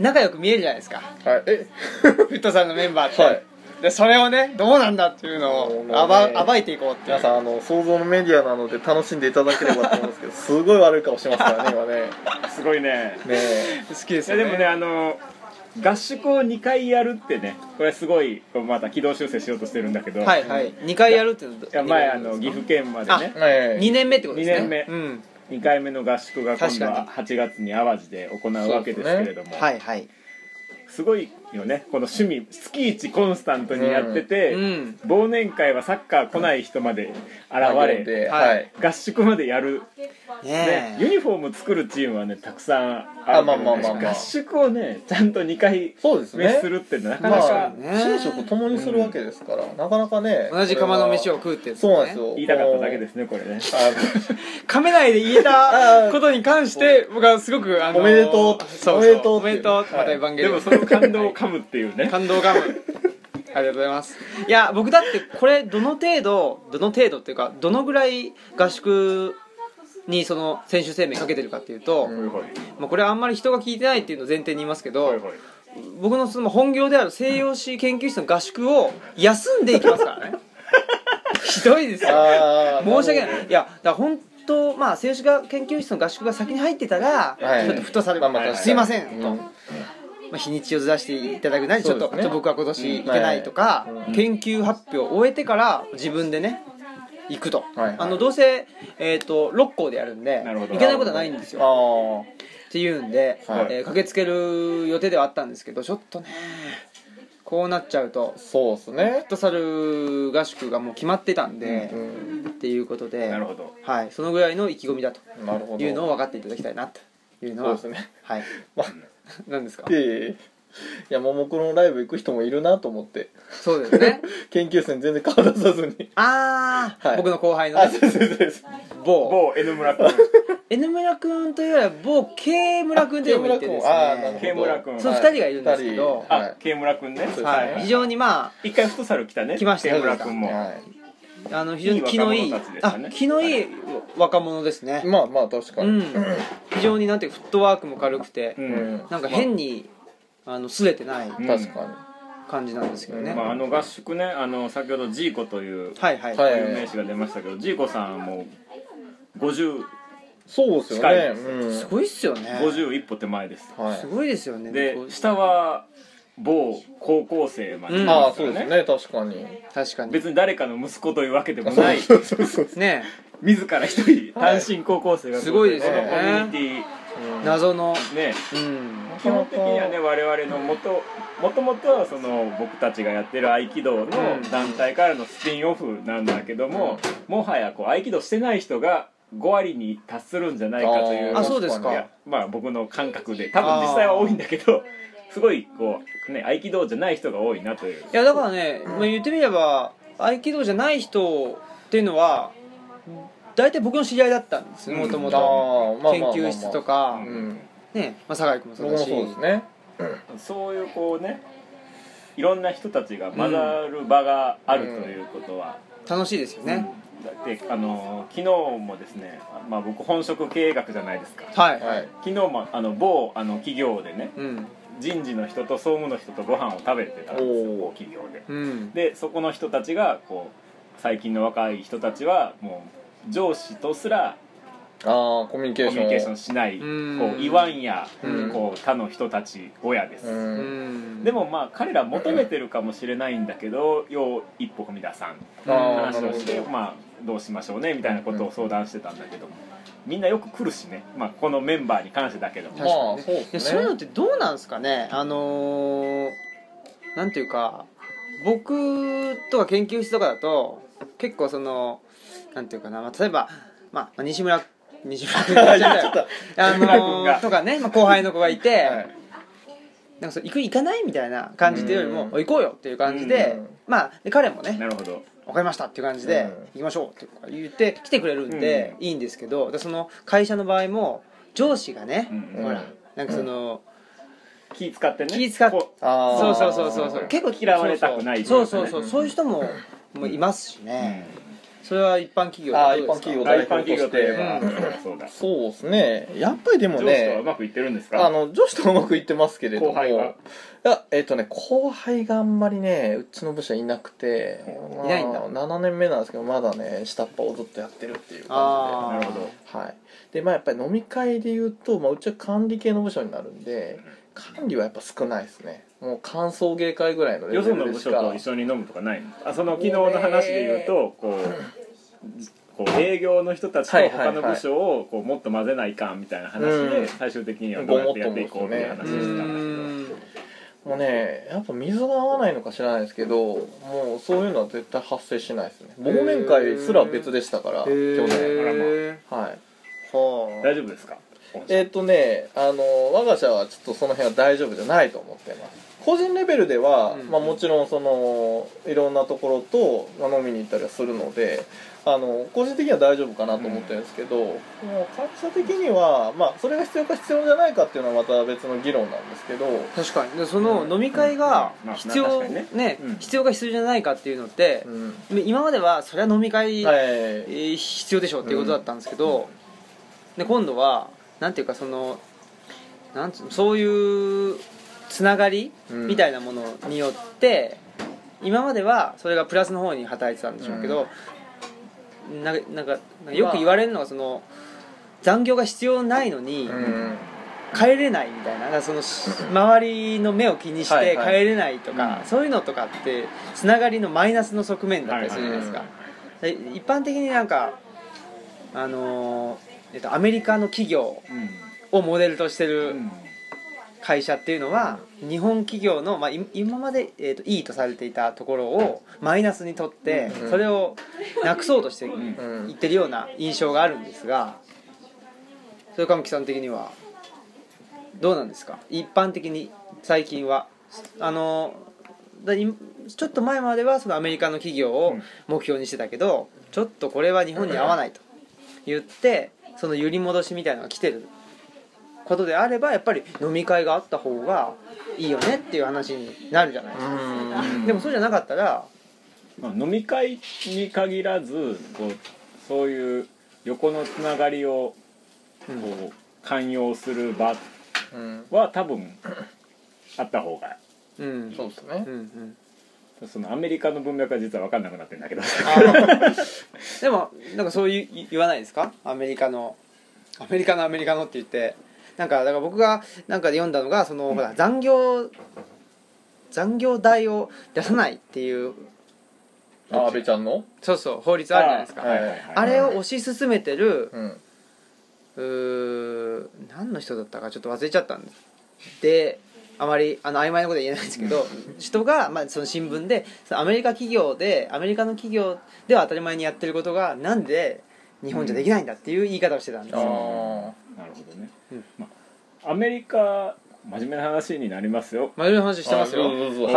[SPEAKER 1] 仲良く見えるじゃないですか
[SPEAKER 4] はいえ
[SPEAKER 1] フットさんのメンバーって、
[SPEAKER 4] はい
[SPEAKER 1] でそれをねどうなんだっていうの
[SPEAKER 4] もう
[SPEAKER 1] を
[SPEAKER 4] ね
[SPEAKER 1] 暴,、暴いていこうっていう
[SPEAKER 4] 皆さんあの想像のメディアなので楽しんでいただければと思うんですけどすごい悪い顔してますからね今ね
[SPEAKER 2] すごいね
[SPEAKER 4] ねえ
[SPEAKER 1] 好きです
[SPEAKER 2] いや
[SPEAKER 1] よね
[SPEAKER 2] でもねあの合宿を2回やるってねこれすごいこうまた軌道修正しようとしてるんだけど、
[SPEAKER 1] はいはい2回やるっていうの
[SPEAKER 2] いや前あの岐阜県までね
[SPEAKER 4] ねえ
[SPEAKER 1] 2年目ってことですね
[SPEAKER 2] 二年目
[SPEAKER 1] うん
[SPEAKER 2] 2回目の合宿が今度は
[SPEAKER 1] 確
[SPEAKER 2] 8月に淡路で行うわけですけれどもす,、
[SPEAKER 1] はいはい
[SPEAKER 2] ごいよねこの趣味月一コンスタントにやってて、
[SPEAKER 1] うん
[SPEAKER 2] 忘年会はサッカー来ない人まで現れ、
[SPEAKER 4] で、
[SPEAKER 1] はい
[SPEAKER 4] はい、
[SPEAKER 2] 合宿までやる、ね
[SPEAKER 1] ねえ、
[SPEAKER 2] ユニフォーム作るチームはねたくさんあるけどね
[SPEAKER 4] あまあまあまあまあ
[SPEAKER 2] 合宿をねちゃんと2回
[SPEAKER 4] そうです
[SPEAKER 2] 目
[SPEAKER 4] ね
[SPEAKER 2] するってなかな
[SPEAKER 4] ま
[SPEAKER 2] か、
[SPEAKER 4] あ
[SPEAKER 1] ね
[SPEAKER 4] 寝食を共にするわけですから、なかなかね
[SPEAKER 1] 同じ釜の飯を食
[SPEAKER 4] こ
[SPEAKER 1] うって
[SPEAKER 4] れ
[SPEAKER 1] や
[SPEAKER 4] は
[SPEAKER 1] つね
[SPEAKER 4] そうなんですよ
[SPEAKER 2] 言いたかっただけですねこれね
[SPEAKER 4] あの
[SPEAKER 1] 噛めないで言え たことに関して僕はすごくあの
[SPEAKER 4] おめでとう
[SPEAKER 1] そうそう
[SPEAKER 4] おめでとう
[SPEAKER 1] おめでとう
[SPEAKER 4] はい
[SPEAKER 1] またエヴァンゲリ
[SPEAKER 2] で
[SPEAKER 1] オン
[SPEAKER 2] もその感動を噛むっていうね
[SPEAKER 1] 感動ガムありがとうございますいや僕だってこれどの程度どの程度っていうかどのぐらい合宿にその選手生命かけてるかっていうと、
[SPEAKER 4] うん
[SPEAKER 2] ほい
[SPEAKER 1] まあ、これはあんまり人が聞いてないっていうのを前提に言いますけど、
[SPEAKER 2] ほいほい
[SPEAKER 1] 僕のその本業である西洋史研究室の合宿を休んでいきます からねひどいですよ
[SPEAKER 4] あー
[SPEAKER 1] 申し訳ないいやだから本当まあ静止画研究室の合宿が先に入ってたら、
[SPEAKER 4] はい
[SPEAKER 1] ちょっと太さで、
[SPEAKER 4] まあまあ確かに
[SPEAKER 1] すいません、と、
[SPEAKER 4] うん
[SPEAKER 1] まあ、日にちをずらしていただくなり、ちょっと
[SPEAKER 4] そうですね
[SPEAKER 1] ちょっと僕は今年行けないとか、研究発表を終えてから自分でね行くと、
[SPEAKER 4] はいはい
[SPEAKER 1] あのどうせ、えー、と6校でやるんで
[SPEAKER 2] なるほど
[SPEAKER 1] 行けないことはないんですよ
[SPEAKER 4] ああ
[SPEAKER 1] っていうんで、
[SPEAKER 4] はい
[SPEAKER 1] えー駆けつける予定ではあったんですけどちょっとねこうなっちゃうと
[SPEAKER 4] そうですね
[SPEAKER 1] フッ、トサル合宿がもう決まってたんで、
[SPEAKER 4] うん、
[SPEAKER 1] っていうことで
[SPEAKER 2] なるほど
[SPEAKER 1] はい、そのぐらいの意気込みだと
[SPEAKER 4] なるほど
[SPEAKER 1] いうのを分かっていただきたいなというの
[SPEAKER 4] そう
[SPEAKER 1] は
[SPEAKER 4] ですね
[SPEAKER 1] はい
[SPEAKER 4] まあ
[SPEAKER 1] 何ですか
[SPEAKER 4] いえいえやももクロのライブ行く人もいるなと思って
[SPEAKER 1] そうですね
[SPEAKER 4] 研究室に全然顔出さずに
[SPEAKER 1] あ あ、
[SPEAKER 4] はい
[SPEAKER 1] 僕の後輩の
[SPEAKER 4] あ
[SPEAKER 1] ね
[SPEAKER 4] そうそうそうそう
[SPEAKER 1] 某
[SPEAKER 2] 某 N 村君
[SPEAKER 1] N 村君というよりは某 K 村君と呼ぶってです
[SPEAKER 4] あ K 村君あーなるほど
[SPEAKER 1] ね
[SPEAKER 2] K 村君
[SPEAKER 1] そう二人がいるんですけど
[SPEAKER 4] 二人は
[SPEAKER 2] あ
[SPEAKER 4] い、
[SPEAKER 2] K 村君ね
[SPEAKER 4] そう
[SPEAKER 1] はい、非常にまあ
[SPEAKER 2] 一回フットサル来たね
[SPEAKER 1] 来ましたよ
[SPEAKER 2] K 村君も
[SPEAKER 4] は
[SPEAKER 1] あの非常に気のいい
[SPEAKER 2] いい若者たちでし
[SPEAKER 1] あ
[SPEAKER 2] たね
[SPEAKER 1] 気のいい若者ですね
[SPEAKER 4] い、まあまあ確か
[SPEAKER 1] う
[SPEAKER 4] に、
[SPEAKER 1] ん、非常になんていうかフットワークも軽くて、
[SPEAKER 2] うん
[SPEAKER 4] うん
[SPEAKER 1] なんか変にあの擦れてない
[SPEAKER 2] うん
[SPEAKER 4] 確かに
[SPEAKER 1] 感じなんですけどね、
[SPEAKER 2] まあ、あの合宿ねあの先ほどジーコという
[SPEAKER 1] はいはい、
[SPEAKER 4] はい
[SPEAKER 2] 有名詞が出ましたけど、ジーコさんはもう50
[SPEAKER 4] そうですよ
[SPEAKER 2] 近い
[SPEAKER 4] ね
[SPEAKER 2] です
[SPEAKER 4] うん
[SPEAKER 1] すごいっすよね
[SPEAKER 2] 50一歩手前です
[SPEAKER 4] はい
[SPEAKER 1] すごいですよね
[SPEAKER 2] で
[SPEAKER 1] こう
[SPEAKER 2] 下は某高校生までい
[SPEAKER 1] うん
[SPEAKER 4] あ
[SPEAKER 2] ま
[SPEAKER 4] あ
[SPEAKER 2] すか
[SPEAKER 4] そう
[SPEAKER 2] ら
[SPEAKER 4] ですね確かに
[SPEAKER 1] 確かに
[SPEAKER 2] 別に誰かの息子というわけでもない
[SPEAKER 4] そうそうそうそう
[SPEAKER 1] ね
[SPEAKER 2] 自ら一人
[SPEAKER 4] は
[SPEAKER 2] 単
[SPEAKER 4] い
[SPEAKER 2] 身高校生が
[SPEAKER 1] すごいです
[SPEAKER 4] よね
[SPEAKER 2] このコミュニテ
[SPEAKER 4] うん
[SPEAKER 1] 謎の
[SPEAKER 2] ィね
[SPEAKER 1] うん
[SPEAKER 4] か
[SPEAKER 2] 基本的にはね我々のもともともとはその僕たちがやってる合気道の
[SPEAKER 1] うん
[SPEAKER 2] 団体からのスピンオフなんだけども、もはやこう合気道してない人が5割に達するんじゃないかという
[SPEAKER 1] あそうですか
[SPEAKER 2] いやまあ僕の感覚で多分実際は多いんだけどすごいこうね合気道じゃない人が多いなという
[SPEAKER 1] いやだからね、まあ、言ってみれば合気道じゃない人っていうのは大体僕の知り合いだったんです
[SPEAKER 2] うん
[SPEAKER 1] もとも
[SPEAKER 4] あ
[SPEAKER 1] と
[SPEAKER 4] ーまあ
[SPEAKER 1] 研究室と
[SPEAKER 4] か
[SPEAKER 1] か
[SPEAKER 2] う
[SPEAKER 4] うん
[SPEAKER 1] ねまあ酒井君もそ
[SPEAKER 4] 僕
[SPEAKER 1] う
[SPEAKER 4] も
[SPEAKER 1] だ
[SPEAKER 4] そう
[SPEAKER 1] し
[SPEAKER 4] ですね
[SPEAKER 2] そういうこうねいろんな人たちが混ざる場があるということは、
[SPEAKER 1] 楽しいですよね
[SPEAKER 2] であの昨日もですね、まあ、僕本職経営学じゃないですか
[SPEAKER 1] はい
[SPEAKER 4] はい
[SPEAKER 2] 昨日もあの某あの企業でね
[SPEAKER 1] うん
[SPEAKER 2] 人事の人と総務の人とご飯を食べてたんですよ
[SPEAKER 4] おー
[SPEAKER 2] 某企業で
[SPEAKER 1] うん
[SPEAKER 2] でそこの人たちがこう最近の若い人たちはもう上司とすら
[SPEAKER 4] ああコミュニケ
[SPEAKER 2] コ
[SPEAKER 4] ーシ
[SPEAKER 2] ミ
[SPEAKER 4] ョン
[SPEAKER 2] ュニケーションしないこ
[SPEAKER 1] うん
[SPEAKER 2] う言わんや
[SPEAKER 4] うん
[SPEAKER 2] こう他の人たち親です、
[SPEAKER 4] うん
[SPEAKER 1] うん
[SPEAKER 2] でもまあ彼ら求めてるかもしれないんだけどよう一歩踏み出さん
[SPEAKER 4] ああ
[SPEAKER 2] 話
[SPEAKER 4] なる
[SPEAKER 2] を
[SPEAKER 4] ほ
[SPEAKER 2] して
[SPEAKER 4] ど
[SPEAKER 2] まあどうしましょうねみたいなことを相談してたんだけどもみんなよく来るしね、まあ、このメンバーに関してだけども
[SPEAKER 1] 確かにね
[SPEAKER 4] まあそうです
[SPEAKER 1] いやそ
[SPEAKER 4] ね
[SPEAKER 1] ういうのってどうなんですかねあのーなんていうか僕とか研究室とかだと結構そのなんていうかな、まあ、例えば、まあ、西村西村君が
[SPEAKER 4] ちょっと
[SPEAKER 1] あ
[SPEAKER 2] 西村君
[SPEAKER 1] の
[SPEAKER 2] が
[SPEAKER 1] ーとかね、まあ、後輩の子がいて、
[SPEAKER 4] はい
[SPEAKER 1] なんかそう行く行かないみたいな感じというよりも
[SPEAKER 4] うん
[SPEAKER 1] お行こうよっていう感じで
[SPEAKER 4] うん
[SPEAKER 1] まあで彼もね
[SPEAKER 2] なるほど
[SPEAKER 1] 分かりましたっていう感じで
[SPEAKER 4] うん
[SPEAKER 1] 行きましょうとか言って来てくれるんで
[SPEAKER 2] う
[SPEAKER 1] いいんですけどでその会社の場合も上司がね
[SPEAKER 2] うん
[SPEAKER 1] ほらなんかその
[SPEAKER 2] 気使ってね
[SPEAKER 1] 気使っ
[SPEAKER 2] こう
[SPEAKER 4] ああ
[SPEAKER 1] そうそうそうそうそう結構
[SPEAKER 2] 嫌われたくないとい
[SPEAKER 1] そう
[SPEAKER 2] うかね
[SPEAKER 1] そうそうそういう人ももういますしねそれは一般企業
[SPEAKER 4] あ
[SPEAKER 1] は
[SPEAKER 4] あ
[SPEAKER 1] ど
[SPEAKER 4] 一
[SPEAKER 1] う
[SPEAKER 4] 般
[SPEAKER 1] ですか
[SPEAKER 4] 企業
[SPEAKER 2] 大
[SPEAKER 4] 代
[SPEAKER 2] 一般
[SPEAKER 4] 表
[SPEAKER 2] 企
[SPEAKER 4] と
[SPEAKER 2] 業
[SPEAKER 4] し
[SPEAKER 2] といえ
[SPEAKER 4] て
[SPEAKER 1] う
[SPEAKER 2] ば
[SPEAKER 1] ん
[SPEAKER 2] そうだ
[SPEAKER 4] そうですねやっぱりでも
[SPEAKER 2] 上司とはう
[SPEAKER 4] ね
[SPEAKER 2] まくいってるんですか
[SPEAKER 4] あの女子とうまくいってますけれども
[SPEAKER 2] 後輩はい
[SPEAKER 4] やえっとね後輩があんまりねうちの部署いなくて
[SPEAKER 1] いないんだ
[SPEAKER 4] まあ7年目なんですけどまだね下っ端をずっとやってるっていう感
[SPEAKER 1] あ
[SPEAKER 2] なるほど
[SPEAKER 4] じではいでまあやっぱり飲み会で言うと、まあ、うちは管理系の部署になるんで管理はやっぱ少ないですねもう歓送迎会ぐらいのレ
[SPEAKER 2] よ
[SPEAKER 4] ベ
[SPEAKER 2] その
[SPEAKER 4] ルで
[SPEAKER 2] 部
[SPEAKER 4] し
[SPEAKER 2] 署
[SPEAKER 4] か
[SPEAKER 2] と一緒に飲むとかないのあその昨日の話で言うとこうこう営業の人たちと
[SPEAKER 4] はいはいは
[SPEAKER 2] 他の
[SPEAKER 4] い
[SPEAKER 2] 部署をこうもっと混ぜないかんみたいな話
[SPEAKER 4] うん
[SPEAKER 2] で最終的にはどうやってやっていこうっていう話を
[SPEAKER 1] う
[SPEAKER 2] してたんだ
[SPEAKER 1] ーん
[SPEAKER 4] もうねやっぱ水が合わないのか知らないですけどもうそういうのは絶対発生しないですね忘年会すら別でしたから去年
[SPEAKER 1] へえ
[SPEAKER 4] はい
[SPEAKER 2] けど
[SPEAKER 1] は
[SPEAKER 2] 大丈夫ですか
[SPEAKER 4] えっ、とねあの我が社はちょっとその辺は大丈夫じゃないと思ってます個人レベルでは、
[SPEAKER 1] うん
[SPEAKER 4] まあ、もちろんそのいろんなところと、まあ飲みに行ったりはするのであの個人的には大丈夫かなと思ってるんですけど、もう会社的には、まあ、それが必要か必要じゃないかっていうのはまた別の議論なんですけど
[SPEAKER 1] あ確かにでその飲み会が
[SPEAKER 2] うんまあ
[SPEAKER 1] 必
[SPEAKER 2] 確
[SPEAKER 1] 要
[SPEAKER 2] かにね
[SPEAKER 1] ね
[SPEAKER 2] うん
[SPEAKER 1] 必要か必要じゃないかっていうのって
[SPEAKER 4] うん
[SPEAKER 1] 今まではそれは飲み会
[SPEAKER 4] はい
[SPEAKER 1] えー必要でしょうっていうことだったんですけど、で今度はなんていうかそのなんつうのそういうつながり
[SPEAKER 4] うん
[SPEAKER 1] みたいなものによって、今まではそれがプラスの方に働いてたんでしょうけど、なんかなんかよく言われるのがその残業が必要ないのに
[SPEAKER 4] うん
[SPEAKER 1] 帰れないみたいななんかそのし周りの目を気にし
[SPEAKER 4] はい
[SPEAKER 1] て
[SPEAKER 4] はい
[SPEAKER 1] 帰れないとか、
[SPEAKER 2] うん
[SPEAKER 1] そういうのとかってつながりのマイナスの側面だったりするじゃないですか。
[SPEAKER 4] はい
[SPEAKER 1] で一般的になんかあのーえっと、アメリカの企業をモデルとして
[SPEAKER 2] う
[SPEAKER 1] る
[SPEAKER 2] ん
[SPEAKER 1] 会社っていうのは日本企業の、まあ、い今まで、えっといいとされていたところをマイナスにとって
[SPEAKER 4] うん
[SPEAKER 1] それをなくそうとして
[SPEAKER 2] ん
[SPEAKER 4] うん
[SPEAKER 1] いってるような印象があるんですがそれかも木さん的にはどうなんですか一般的に最近はあのだいちょっと前まではそのアメリカの企業を目標にしてたけど、ちょっとこれは日本に合わないと言ってその揺り戻しみたいなのが来てることであればやっぱり飲み会があった方がいいよねっていう話になるじゃないですか、
[SPEAKER 4] ん
[SPEAKER 1] でもそうじゃなかったら
[SPEAKER 2] まあ、飲み会に限らずこうそういう横のつながりを
[SPEAKER 1] うん
[SPEAKER 2] こう寛容する場
[SPEAKER 4] うん
[SPEAKER 2] は多分あった方が
[SPEAKER 1] うん
[SPEAKER 4] そうですね
[SPEAKER 1] うんうん
[SPEAKER 2] そのアメリカの文脈は実は分かんなくなってるんだけど
[SPEAKER 1] でもなんかそういう言わないですかアメリカのアメリカのアメリカのって言ってなんかだから僕がなんかで読んだのがその、ほら残業残業代を出さないっていう
[SPEAKER 4] あ安倍ちゃんの
[SPEAKER 1] そうそう法律あるじゃない ですかあ,、
[SPEAKER 4] はい
[SPEAKER 1] れを推し進めてる
[SPEAKER 4] うん
[SPEAKER 1] うー何の人だったかちょっと忘れちゃったんですであまりあの曖昧なことは言えないんですけど人が、まあ、その新聞でそのアメリカ企業でアメリカの企業では当たり前にやってることがなんで日本じゃできないんだっていう言い方をしてたんです
[SPEAKER 4] あ
[SPEAKER 1] よ、
[SPEAKER 4] ー
[SPEAKER 2] なるほどね、
[SPEAKER 1] うん
[SPEAKER 2] まあ、アメリカ真面目な話になりますよ
[SPEAKER 1] 真面目な話してます
[SPEAKER 4] あ
[SPEAKER 1] よ、
[SPEAKER 4] ー
[SPEAKER 1] ね
[SPEAKER 4] そうそうそう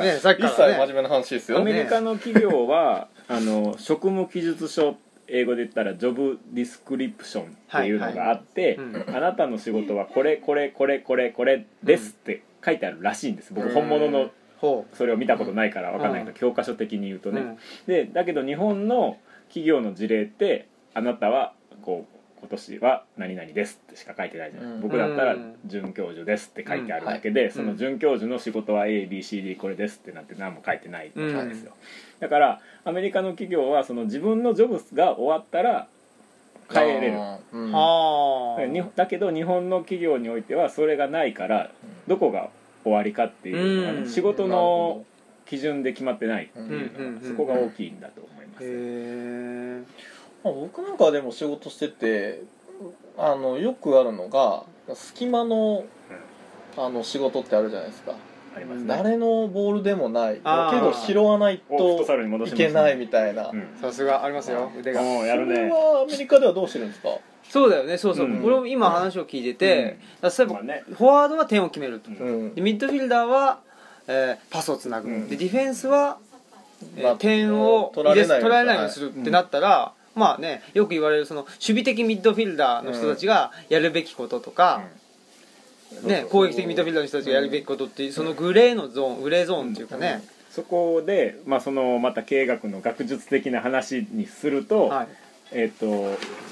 [SPEAKER 4] はい
[SPEAKER 1] え、さっき
[SPEAKER 4] 一
[SPEAKER 1] か
[SPEAKER 4] 切
[SPEAKER 1] ら
[SPEAKER 4] 真面
[SPEAKER 1] ね
[SPEAKER 4] 目な話です
[SPEAKER 2] ア
[SPEAKER 4] よ
[SPEAKER 2] メリカの企業は あの職務記述書英語で言ったらジョブディスクリプションっていうのがあって、
[SPEAKER 1] はいはい
[SPEAKER 2] あなたの仕事はこれこれこれこれこれですって書いてあるらしいんです僕
[SPEAKER 4] うん
[SPEAKER 2] 本物の
[SPEAKER 1] ほ
[SPEAKER 2] それを見たことないから分かんないけど、
[SPEAKER 1] う
[SPEAKER 2] 教科書的に言うと
[SPEAKER 1] う、
[SPEAKER 2] ね、
[SPEAKER 1] うん
[SPEAKER 2] でだけど日本の企業の事例ってあなたはこう今年は何々ですってしか書いてないじゃない、
[SPEAKER 4] うん
[SPEAKER 2] 僕だった
[SPEAKER 1] う
[SPEAKER 2] ら
[SPEAKER 1] ん
[SPEAKER 2] 准教授ですって書いてあるだけで、
[SPEAKER 1] い
[SPEAKER 2] その准教授の仕事は ABCD これですってなんて何も書いてないわけですよ、だからアメリカの企業はその自分のジョブが終わったら帰れる
[SPEAKER 4] あーうん
[SPEAKER 1] あ
[SPEAKER 2] だからに
[SPEAKER 1] ー
[SPEAKER 2] だけど日本の企業においてはそれがないからどこが終わりかっていうのがね
[SPEAKER 1] うん
[SPEAKER 2] 仕事の基準で決まってないっていう
[SPEAKER 1] うんう
[SPEAKER 2] の
[SPEAKER 1] んう
[SPEAKER 2] が
[SPEAKER 1] ん
[SPEAKER 2] そこが大きいんだと思います、
[SPEAKER 1] へ
[SPEAKER 4] まあ僕なんかはでも仕事しててあのよくあるのが隙間のあの仕事ってあるじゃないですか
[SPEAKER 2] ありますね
[SPEAKER 4] 誰のボールでもないけ
[SPEAKER 1] あー
[SPEAKER 4] ど拾わない
[SPEAKER 2] おフット
[SPEAKER 4] と
[SPEAKER 2] サルに戻し
[SPEAKER 4] い
[SPEAKER 2] ました
[SPEAKER 4] けないみたいな、
[SPEAKER 2] う
[SPEAKER 1] え
[SPEAKER 2] ん
[SPEAKER 1] さすがありますよ腕が
[SPEAKER 2] もうやる
[SPEAKER 4] それ
[SPEAKER 2] ね
[SPEAKER 4] はアメリカではどうしてるんですか
[SPEAKER 1] そうだよねそうそう、
[SPEAKER 2] うん
[SPEAKER 1] 俺も今話を聞いてて、だから
[SPEAKER 2] まあ
[SPEAKER 1] 例え
[SPEAKER 2] ね
[SPEAKER 1] ばフォワードは点を決めると、
[SPEAKER 2] うん
[SPEAKER 4] うん
[SPEAKER 1] でミッドフィルダーは、えーパスをつなぐ、
[SPEAKER 2] うん
[SPEAKER 1] でディフェンスは、えー
[SPEAKER 4] まあ
[SPEAKER 1] 点を
[SPEAKER 4] 取られない
[SPEAKER 1] 入取られないようにするってなったら、まあねよく言われるその守備的ミッドフィルダーの人たちがやるべきこととか、ね、攻撃的ミッドフィルダーの人たちがやるべきことっていう、そのグレーのゾーングレーゾーンっていうかね、
[SPEAKER 2] そこで、まあ、そのまた経営学の学術的な話にすると,、
[SPEAKER 1] はい、
[SPEAKER 2] えっと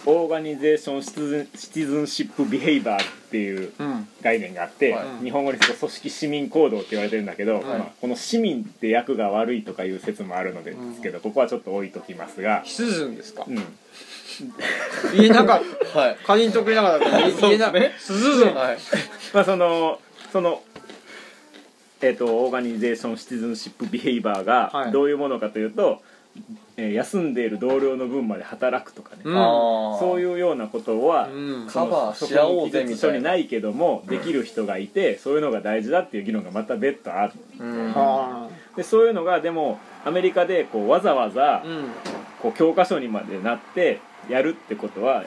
[SPEAKER 2] オーガニゼーション・シティズンシティズンシップ・ビヘイバーっていう
[SPEAKER 1] うん、
[SPEAKER 2] 概念があって、
[SPEAKER 4] はい
[SPEAKER 2] 日本語にすると組織市民行動って言われてるんだけど、
[SPEAKER 4] い
[SPEAKER 2] まあ、この市民って役が悪いとかいう説もあるのでですけど、ここはちょっと置いときますが、
[SPEAKER 1] 必須ですか
[SPEAKER 2] うん、
[SPEAKER 1] 言えなかっ
[SPEAKER 4] はい
[SPEAKER 1] たかりんとくれなかったから言えなかった必須順
[SPEAKER 4] はい
[SPEAKER 2] まあそのそのえっ、とオーガニゼーション・シティズンシップ・ビヘイバー
[SPEAKER 1] は
[SPEAKER 2] が
[SPEAKER 1] い
[SPEAKER 2] どういうものかというと、えー休んでいる同僚の分まで働くとかね、
[SPEAKER 1] うん
[SPEAKER 2] そう
[SPEAKER 4] う
[SPEAKER 2] いうようなことは、
[SPEAKER 1] うん
[SPEAKER 4] カバーし合おうぜみた
[SPEAKER 2] 書に
[SPEAKER 4] いな
[SPEAKER 2] ないけどもできる人がいて、そういうのが大事だっていう議論がまた別途ある
[SPEAKER 4] うん
[SPEAKER 1] あ
[SPEAKER 2] でそういうのがでもアメリカでこうわざわざ
[SPEAKER 1] ーうん
[SPEAKER 2] こう教科書にまでなってやるってことはや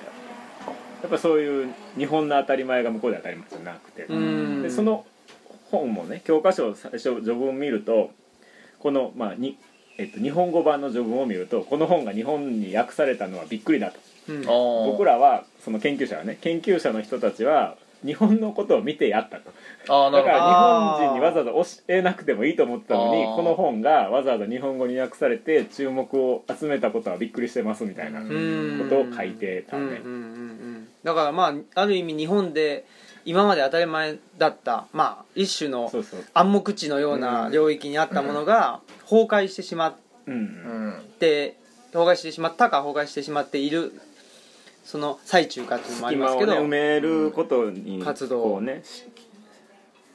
[SPEAKER 2] っぱそういう日本の当たり前が向こうで当たり前じゃなくて、
[SPEAKER 1] うん
[SPEAKER 2] でその本もね教科書を最初序文を見るとこの、まあにえっと、日本語版の序文を見るとこの本が日本に訳されたのはびっくりだと
[SPEAKER 1] うん
[SPEAKER 2] 僕
[SPEAKER 4] 僕ら
[SPEAKER 2] らはその研究者はね研究者の人たちは日本のことを見てやったと
[SPEAKER 4] あーな
[SPEAKER 2] だ
[SPEAKER 4] る
[SPEAKER 2] から
[SPEAKER 4] ほど
[SPEAKER 2] 日本人にわざわざ教えなくてもいいと思ってたのに
[SPEAKER 4] あー
[SPEAKER 2] この本がわざわざ日本語に訳されて注目を集めたことはびっくりしてますみたいな
[SPEAKER 4] う
[SPEAKER 2] こ
[SPEAKER 4] ん
[SPEAKER 2] とを書いてたね
[SPEAKER 1] うんうんうんうんだからまあある意味日本で今まで当たり前だった、まあ、一種の
[SPEAKER 2] そうそう
[SPEAKER 1] 暗黙知のような領域にあったものが崩壊してしまっ
[SPEAKER 2] うんうん
[SPEAKER 1] て崩壊してしまったか崩壊してしまっているその最中かっていうのもあ
[SPEAKER 2] 隙
[SPEAKER 1] りま
[SPEAKER 2] 間
[SPEAKER 1] す
[SPEAKER 2] を
[SPEAKER 1] け
[SPEAKER 2] ね
[SPEAKER 1] ど、
[SPEAKER 2] 埋めることに
[SPEAKER 1] ん活動
[SPEAKER 2] こうねし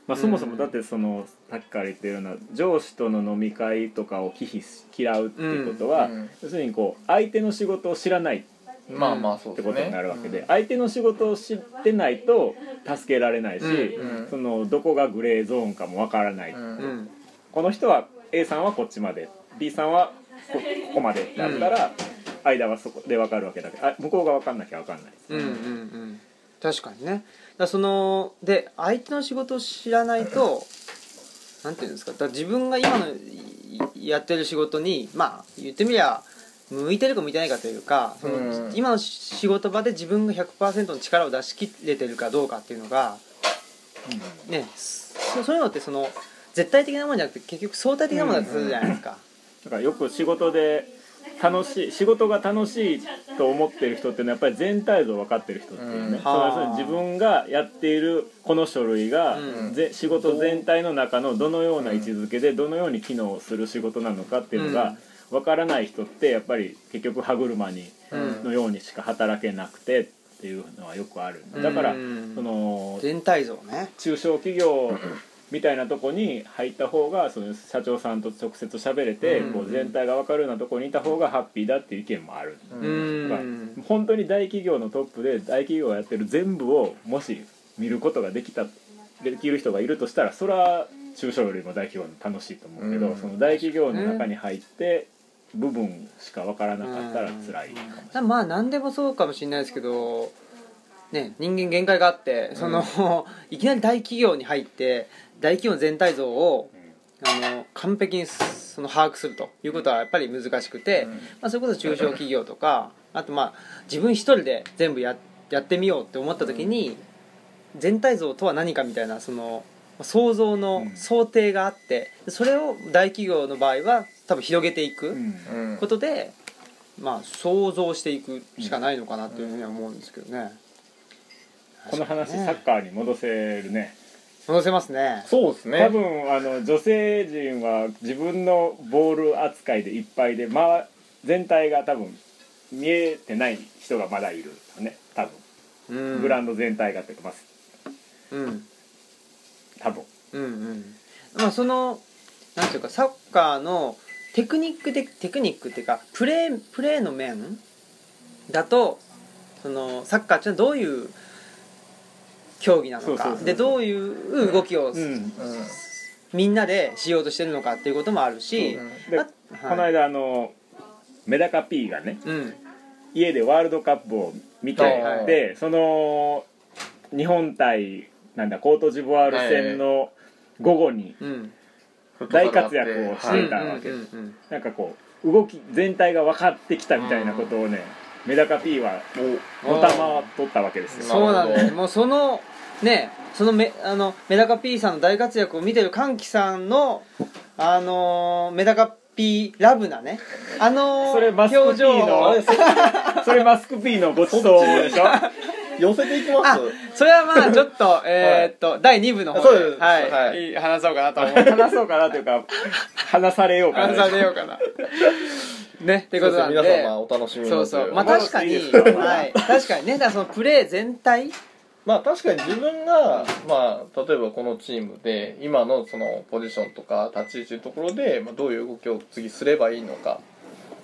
[SPEAKER 2] まあ、そもそもだってそのさっきから言ってるような上司との飲み会とかを忌避し嫌うっていうことは、
[SPEAKER 4] うん
[SPEAKER 2] 要するにこう相手の仕事を知らない
[SPEAKER 4] うんまあまあそう
[SPEAKER 2] っ
[SPEAKER 4] で
[SPEAKER 2] て
[SPEAKER 4] すね
[SPEAKER 2] ことになるわけで、相手の仕事を知ってないと助けられないし、
[SPEAKER 4] うんうん
[SPEAKER 2] そのどこがグレーゾーンかもわからない、
[SPEAKER 4] うん
[SPEAKER 1] うん
[SPEAKER 2] この人は A さんはこっちまで B さんはこここまでだったら、間はそこでわかるわけだけどあ向こうがわかんなきゃわかんない、
[SPEAKER 1] うんうんうん確かにねだからそので相手の仕事を知らないとなんていうんですかだから自分が今のいやってる仕事にまあ言ってみりゃ向いてるか向いてないかというかその、
[SPEAKER 4] うん
[SPEAKER 1] 今の仕事場で自分が100%の力を出し切れてるかどうかっていうのが、ね、そそういうのってその絶対的なものじゃなくて結局相対的なものだとするじゃないですか。
[SPEAKER 2] だからよく仕事で楽しい仕事が楽しいと思ってる人っていうのはやっぱり全体像分かってる人っていうね、
[SPEAKER 4] うん
[SPEAKER 2] それはそれ自分がやっているこの書類が、
[SPEAKER 1] うん
[SPEAKER 2] ぜ仕事全体の中のどのような位置づけでどのように機能する仕事なのかっていうのが分からない人ってやっぱり結局歯車に
[SPEAKER 1] うん
[SPEAKER 2] のようにしか働けなくてっていうのはよくあるだから、
[SPEAKER 1] うん
[SPEAKER 2] その
[SPEAKER 1] 全体像ね
[SPEAKER 2] 中小企業みたいなとこに入った方がその社長さんと直接喋れて、
[SPEAKER 1] うん
[SPEAKER 2] こう全体が分かるようなとこにいた方がハッピーだっていう意見もある、
[SPEAKER 4] う
[SPEAKER 1] うんん、
[SPEAKER 2] 本当に大企業のトップで大企業がやってる全部をもし見ることができたできる人がいるとしたらそれは中小よりも大企業の方が楽しいと思うけど、
[SPEAKER 4] うん
[SPEAKER 2] その大企業の中に入って部分しか分からなかったら辛いかもしれない。
[SPEAKER 1] だまあ何でもそうかもしれないですけど、ね、人間限界があってその、いきなり大企業に入って大企業の全体像を
[SPEAKER 2] うん
[SPEAKER 1] あの完璧にその把握するということはやっぱり難しくて、
[SPEAKER 4] うん
[SPEAKER 1] まあ、それこそ中小企業とかあとまあ自分一人で全部ややってみようって思った時に、全体像とは何かみたいなその想像の
[SPEAKER 2] うん
[SPEAKER 1] 想定があってそれを大企業の場合は多分広げていく。
[SPEAKER 2] うん
[SPEAKER 4] うん
[SPEAKER 1] ことで、まあ、想像していくしかないのかなっていうふうには思うんですけどね、
[SPEAKER 2] この話
[SPEAKER 1] 確かに
[SPEAKER 2] サッカーに戻せるね
[SPEAKER 1] 戻せますね
[SPEAKER 4] そうで
[SPEAKER 2] 多
[SPEAKER 4] すね
[SPEAKER 2] 分あの女性陣は自分のボール扱いでいっぱいで、ま、全体が多分見えてない人がまだいるね多分
[SPEAKER 1] うん
[SPEAKER 2] ブランド全体がっていうかまあ
[SPEAKER 1] うん
[SPEAKER 2] 多分
[SPEAKER 1] うんうんまあそのなんていうかサッカーのテクニックでテクニックっていうかプレープレーの面だとそのサッカーっていうのはどういう競技な
[SPEAKER 2] そ
[SPEAKER 1] の
[SPEAKER 2] うそう
[SPEAKER 1] か
[SPEAKER 2] そう
[SPEAKER 1] でどういう動きを
[SPEAKER 2] うん
[SPEAKER 4] うん
[SPEAKER 1] みんなでしようとしてるのかっていうこともあるし、
[SPEAKER 4] うん
[SPEAKER 2] で
[SPEAKER 1] あ
[SPEAKER 2] この間あのメダカ P がね
[SPEAKER 1] うん
[SPEAKER 2] 家でワールドカップを見て、
[SPEAKER 4] はいはい
[SPEAKER 2] でその日本対なんだコートジボワール戦の午後に
[SPEAKER 1] うん
[SPEAKER 2] 大活躍をし
[SPEAKER 4] は
[SPEAKER 2] て
[SPEAKER 4] い
[SPEAKER 2] たわけ
[SPEAKER 1] うんうんうんうん
[SPEAKER 2] なんかこう動き全体が分かってきたみたいなことをねメダカ P はのたまを取ったわけですよ
[SPEAKER 1] そうなんで
[SPEAKER 4] なる
[SPEAKER 1] す
[SPEAKER 4] ほど
[SPEAKER 1] もうそのねそのめあのメダカ P さんの大活躍を見てる歓喜さんのあのーメダカ P ラブなねあのー
[SPEAKER 2] それマスク P の
[SPEAKER 1] 表情を
[SPEAKER 2] それマスク P のごちそうでしょ
[SPEAKER 4] 寄せていきま
[SPEAKER 1] あ
[SPEAKER 4] す
[SPEAKER 1] それはまあちょっとえーっと第2部の方
[SPEAKER 4] そうです
[SPEAKER 1] はい、、
[SPEAKER 4] はい
[SPEAKER 1] 話そうかなと思って
[SPEAKER 2] 話そうかなというか話されようか
[SPEAKER 1] 話
[SPEAKER 2] な
[SPEAKER 1] されようかなねってことなんで
[SPEAKER 4] そうですね皆様お楽しみにとい
[SPEAKER 1] そうそうまあ
[SPEAKER 4] ま
[SPEAKER 1] 確かに、
[SPEAKER 2] お楽しみですか
[SPEAKER 1] はい、確かにねだからそのプレー全体
[SPEAKER 4] あ確かに自分が、まあ、例えばこのチームで今のそのポジションとか立ち位置のところで、まあ、どういう動きを次すればいいのか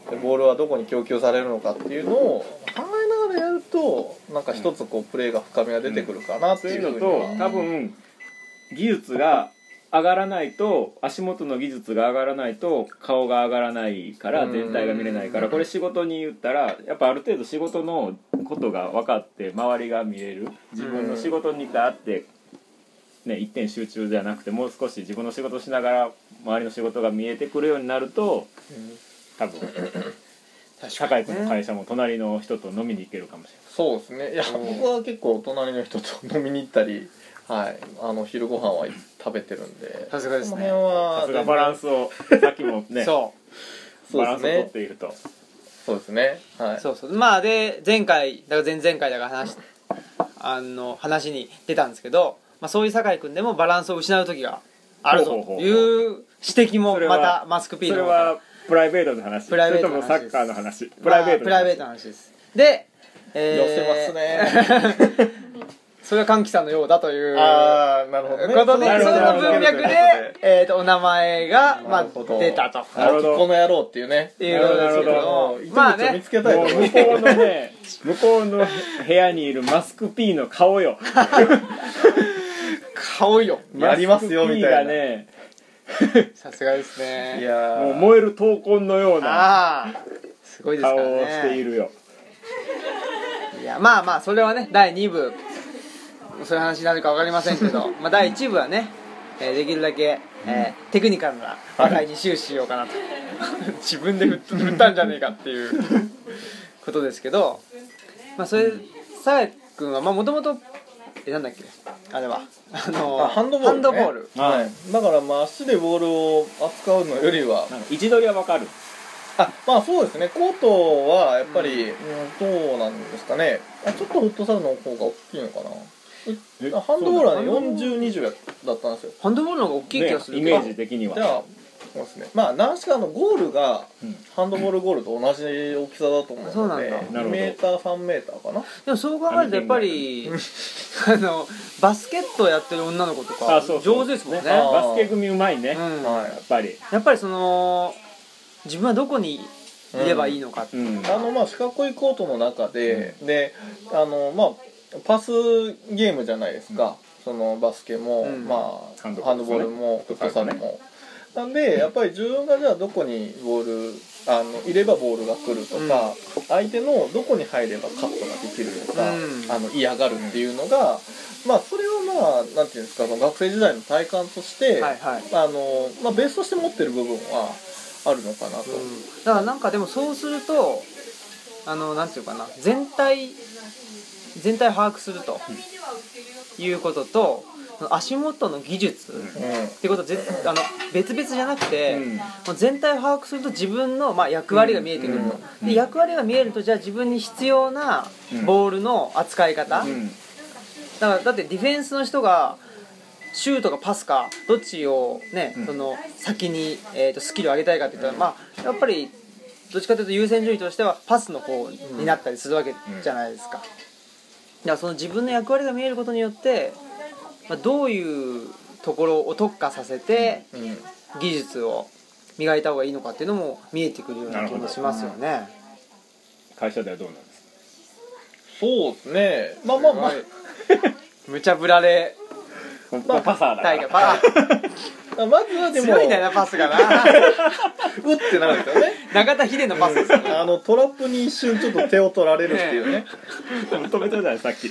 [SPEAKER 4] でボールはどこに供給されるのかっていうのを考えながらやるとなんか一つこうプレーが深みが出てくるかなって
[SPEAKER 2] そうい
[SPEAKER 4] いううふ
[SPEAKER 2] の
[SPEAKER 4] うに
[SPEAKER 2] と
[SPEAKER 4] は
[SPEAKER 2] 多分技術が上がらないと足元の技術が上がらないと顔が上がらないから
[SPEAKER 4] うん
[SPEAKER 2] 全体が見れないからこれ仕事に言ったらやっぱある程度仕事のことが分かって周りが見れる自分の仕事にがあって、ね、一点集中じゃなくてもう少し自分の仕事しながら周りの仕事が見えてくるようになると多分酒井君の会社も隣の人と飲みに行けるかもしれない。
[SPEAKER 4] そうですねいや僕は結構隣の人と飲みに行ったり、はい、あの昼ご飯は食べてるんで
[SPEAKER 1] さすがですね
[SPEAKER 4] その辺は
[SPEAKER 2] さすがバランスをさっきもね
[SPEAKER 1] そう
[SPEAKER 4] そう
[SPEAKER 2] バラ
[SPEAKER 4] で
[SPEAKER 2] ンスを
[SPEAKER 4] す
[SPEAKER 2] 取っ
[SPEAKER 4] ね
[SPEAKER 2] ていると
[SPEAKER 4] そうですねはい
[SPEAKER 1] そうそうまあで前回だから前々回だから話しあの話に出たんですけど、まあ、そういう酒井君でもバランスを失う時がある
[SPEAKER 2] ほう
[SPEAKER 1] と
[SPEAKER 2] ほうほう
[SPEAKER 1] いう指摘も
[SPEAKER 2] それ
[SPEAKER 1] ま
[SPEAKER 2] は
[SPEAKER 1] たマスク P
[SPEAKER 2] そ
[SPEAKER 1] の
[SPEAKER 2] れ
[SPEAKER 1] 方から
[SPEAKER 2] はプライベートの話
[SPEAKER 1] プライベートの話
[SPEAKER 2] それともサッカーの話
[SPEAKER 1] まあ
[SPEAKER 2] プライベート
[SPEAKER 1] プライベートの話ですで、えー
[SPEAKER 4] 寄せますね、
[SPEAKER 1] それは歓喜さんのようだという
[SPEAKER 4] ああなるほ
[SPEAKER 1] と
[SPEAKER 4] ど
[SPEAKER 1] い
[SPEAKER 4] ね
[SPEAKER 1] うことで
[SPEAKER 2] なる
[SPEAKER 1] そ
[SPEAKER 2] ほ
[SPEAKER 1] の
[SPEAKER 2] ど
[SPEAKER 1] 文
[SPEAKER 2] なる
[SPEAKER 1] 脈
[SPEAKER 2] ほ
[SPEAKER 1] で、えー、とお名前が、ま
[SPEAKER 4] な
[SPEAKER 1] あ
[SPEAKER 4] るほど、
[SPEAKER 1] 出たとっ
[SPEAKER 4] なるほどこの野郎っていうね
[SPEAKER 1] ていうことですけど
[SPEAKER 2] なる
[SPEAKER 1] も
[SPEAKER 4] もう糸
[SPEAKER 1] まあ
[SPEAKER 4] 口を見
[SPEAKER 1] ね
[SPEAKER 4] つけたい
[SPEAKER 2] も
[SPEAKER 4] と
[SPEAKER 2] う
[SPEAKER 4] 思い
[SPEAKER 2] 向
[SPEAKER 4] ます、
[SPEAKER 2] こうのね向こうの部屋にいるマスク P の 顔よ
[SPEAKER 1] 顔よ
[SPEAKER 4] やりますよみた
[SPEAKER 2] マスク P が
[SPEAKER 4] いな
[SPEAKER 2] ね
[SPEAKER 1] さすがですね
[SPEAKER 4] いや
[SPEAKER 2] もう
[SPEAKER 4] ー
[SPEAKER 2] 燃える闘魂のような
[SPEAKER 1] ああすごいですか
[SPEAKER 2] 顔
[SPEAKER 1] らね
[SPEAKER 2] をしているよ
[SPEAKER 1] いやまあまあそれはね第2部そういう話になるか分かりませんけ どまあ第1部はね、えーできるだけ、えーテクニカルな話題に終始しようかなと 自分で振っ振ったんじゃねえかって いうことですけどまあそれさや君はもともとえなんだっけあれはあの
[SPEAKER 4] あハンドボール、ね、
[SPEAKER 1] ハンドボール
[SPEAKER 4] はい、だからまあ足でボールを扱うのよりは
[SPEAKER 2] なんか位置取りは分かる
[SPEAKER 4] あまあそうですねコートはやっぱり、うんどうなんですかねあちょっとフットサルの方が大きいのか
[SPEAKER 2] え
[SPEAKER 4] なあハンドボールはね
[SPEAKER 2] そうなの
[SPEAKER 4] 4020だったんですよ
[SPEAKER 1] ハンドボールの方が大きい気がする
[SPEAKER 2] ねイ
[SPEAKER 1] け
[SPEAKER 2] メ
[SPEAKER 1] ど
[SPEAKER 2] ージ的に
[SPEAKER 4] じゃ
[SPEAKER 2] は
[SPEAKER 4] あそうですねまあ何しかのゴールが
[SPEAKER 2] うん
[SPEAKER 4] ハンドボールゴールと同じ大きさだと思うので
[SPEAKER 1] そうなんだ
[SPEAKER 2] なるほど
[SPEAKER 4] 2メーター3メーターかな
[SPEAKER 1] でもそう考えるとやっぱり あのバスケットをやってる女の子とか
[SPEAKER 2] あそうそう
[SPEAKER 1] 上手ですもんね
[SPEAKER 4] あ
[SPEAKER 2] バスケ組うまい
[SPEAKER 1] う
[SPEAKER 2] ね、や
[SPEAKER 1] ん
[SPEAKER 4] はい
[SPEAKER 2] っぱり
[SPEAKER 1] やっぱりその自分はどこにいればいいのかっていう、
[SPEAKER 2] うん
[SPEAKER 4] あのまあ四角いコートの中で、であのまあパスゲームじゃないですか、そのバスケも、
[SPEAKER 1] うん
[SPEAKER 4] まあ
[SPEAKER 2] ハ
[SPEAKER 4] ハ
[SPEAKER 2] ン
[SPEAKER 4] ン
[SPEAKER 2] ドボ
[SPEAKER 4] ド
[SPEAKER 2] ール
[SPEAKER 4] ボールもフ
[SPEAKER 2] フット
[SPEAKER 4] ット
[SPEAKER 2] サ
[SPEAKER 4] サ
[SPEAKER 2] ルね
[SPEAKER 4] ルも。なんでやっぱり自分がじゃあどこにボールあのいればボールが来るとか、相手のどこに入ればカットができるとか、
[SPEAKER 1] うん
[SPEAKER 4] あの嫌がるっていうのが、まあそれをまあなんていうんですかその学生時代の体感として、
[SPEAKER 1] はいはい、
[SPEAKER 4] あのまあ、ベースとして持ってる部分はあるのかなと。
[SPEAKER 1] だからなんかでもそうするとあのなんていうかな全体全体を把握するということと足元の技術っ
[SPEAKER 4] うん
[SPEAKER 1] てことは ぜあの別々じゃなくて、
[SPEAKER 2] うん
[SPEAKER 1] もう全体を把握すると自分の、まあ、役割が見えてくると、
[SPEAKER 2] うん
[SPEAKER 1] で役割が見えるとじゃあ自分に必要な
[SPEAKER 2] うん
[SPEAKER 1] ボールの扱い方、
[SPEAKER 2] うん
[SPEAKER 1] だからだってディフェンスの人がシュートかパスかどっちを、ね
[SPEAKER 2] うん
[SPEAKER 1] その先に、えー、とスキルを上げたいかって言ったら、まあ、やっぱりどっちかというと優先順位としてはパスの方になったりするわけじゃないですか。だからその自分の役割が見えることによって、まあ、どういうところを特化させて
[SPEAKER 4] うん
[SPEAKER 1] 技術を磨いた方がいいのかっていうのも見えてくるような気もしますよね。
[SPEAKER 2] 会社ではどうなんですか
[SPEAKER 4] そうですね。まあまあまあ、
[SPEAKER 1] 無茶ぶられ
[SPEAKER 2] ここパサーだか
[SPEAKER 1] 大
[SPEAKER 2] ら
[SPEAKER 1] 会 パ
[SPEAKER 4] まず はでも、
[SPEAKER 1] 強いんだよなパスがな
[SPEAKER 4] うってなるんですよね。
[SPEAKER 1] 中田秀のパスですよね
[SPEAKER 4] あのトラップに一瞬ちょっと手を取られるっていうね。
[SPEAKER 2] 止めたじゃないさっ き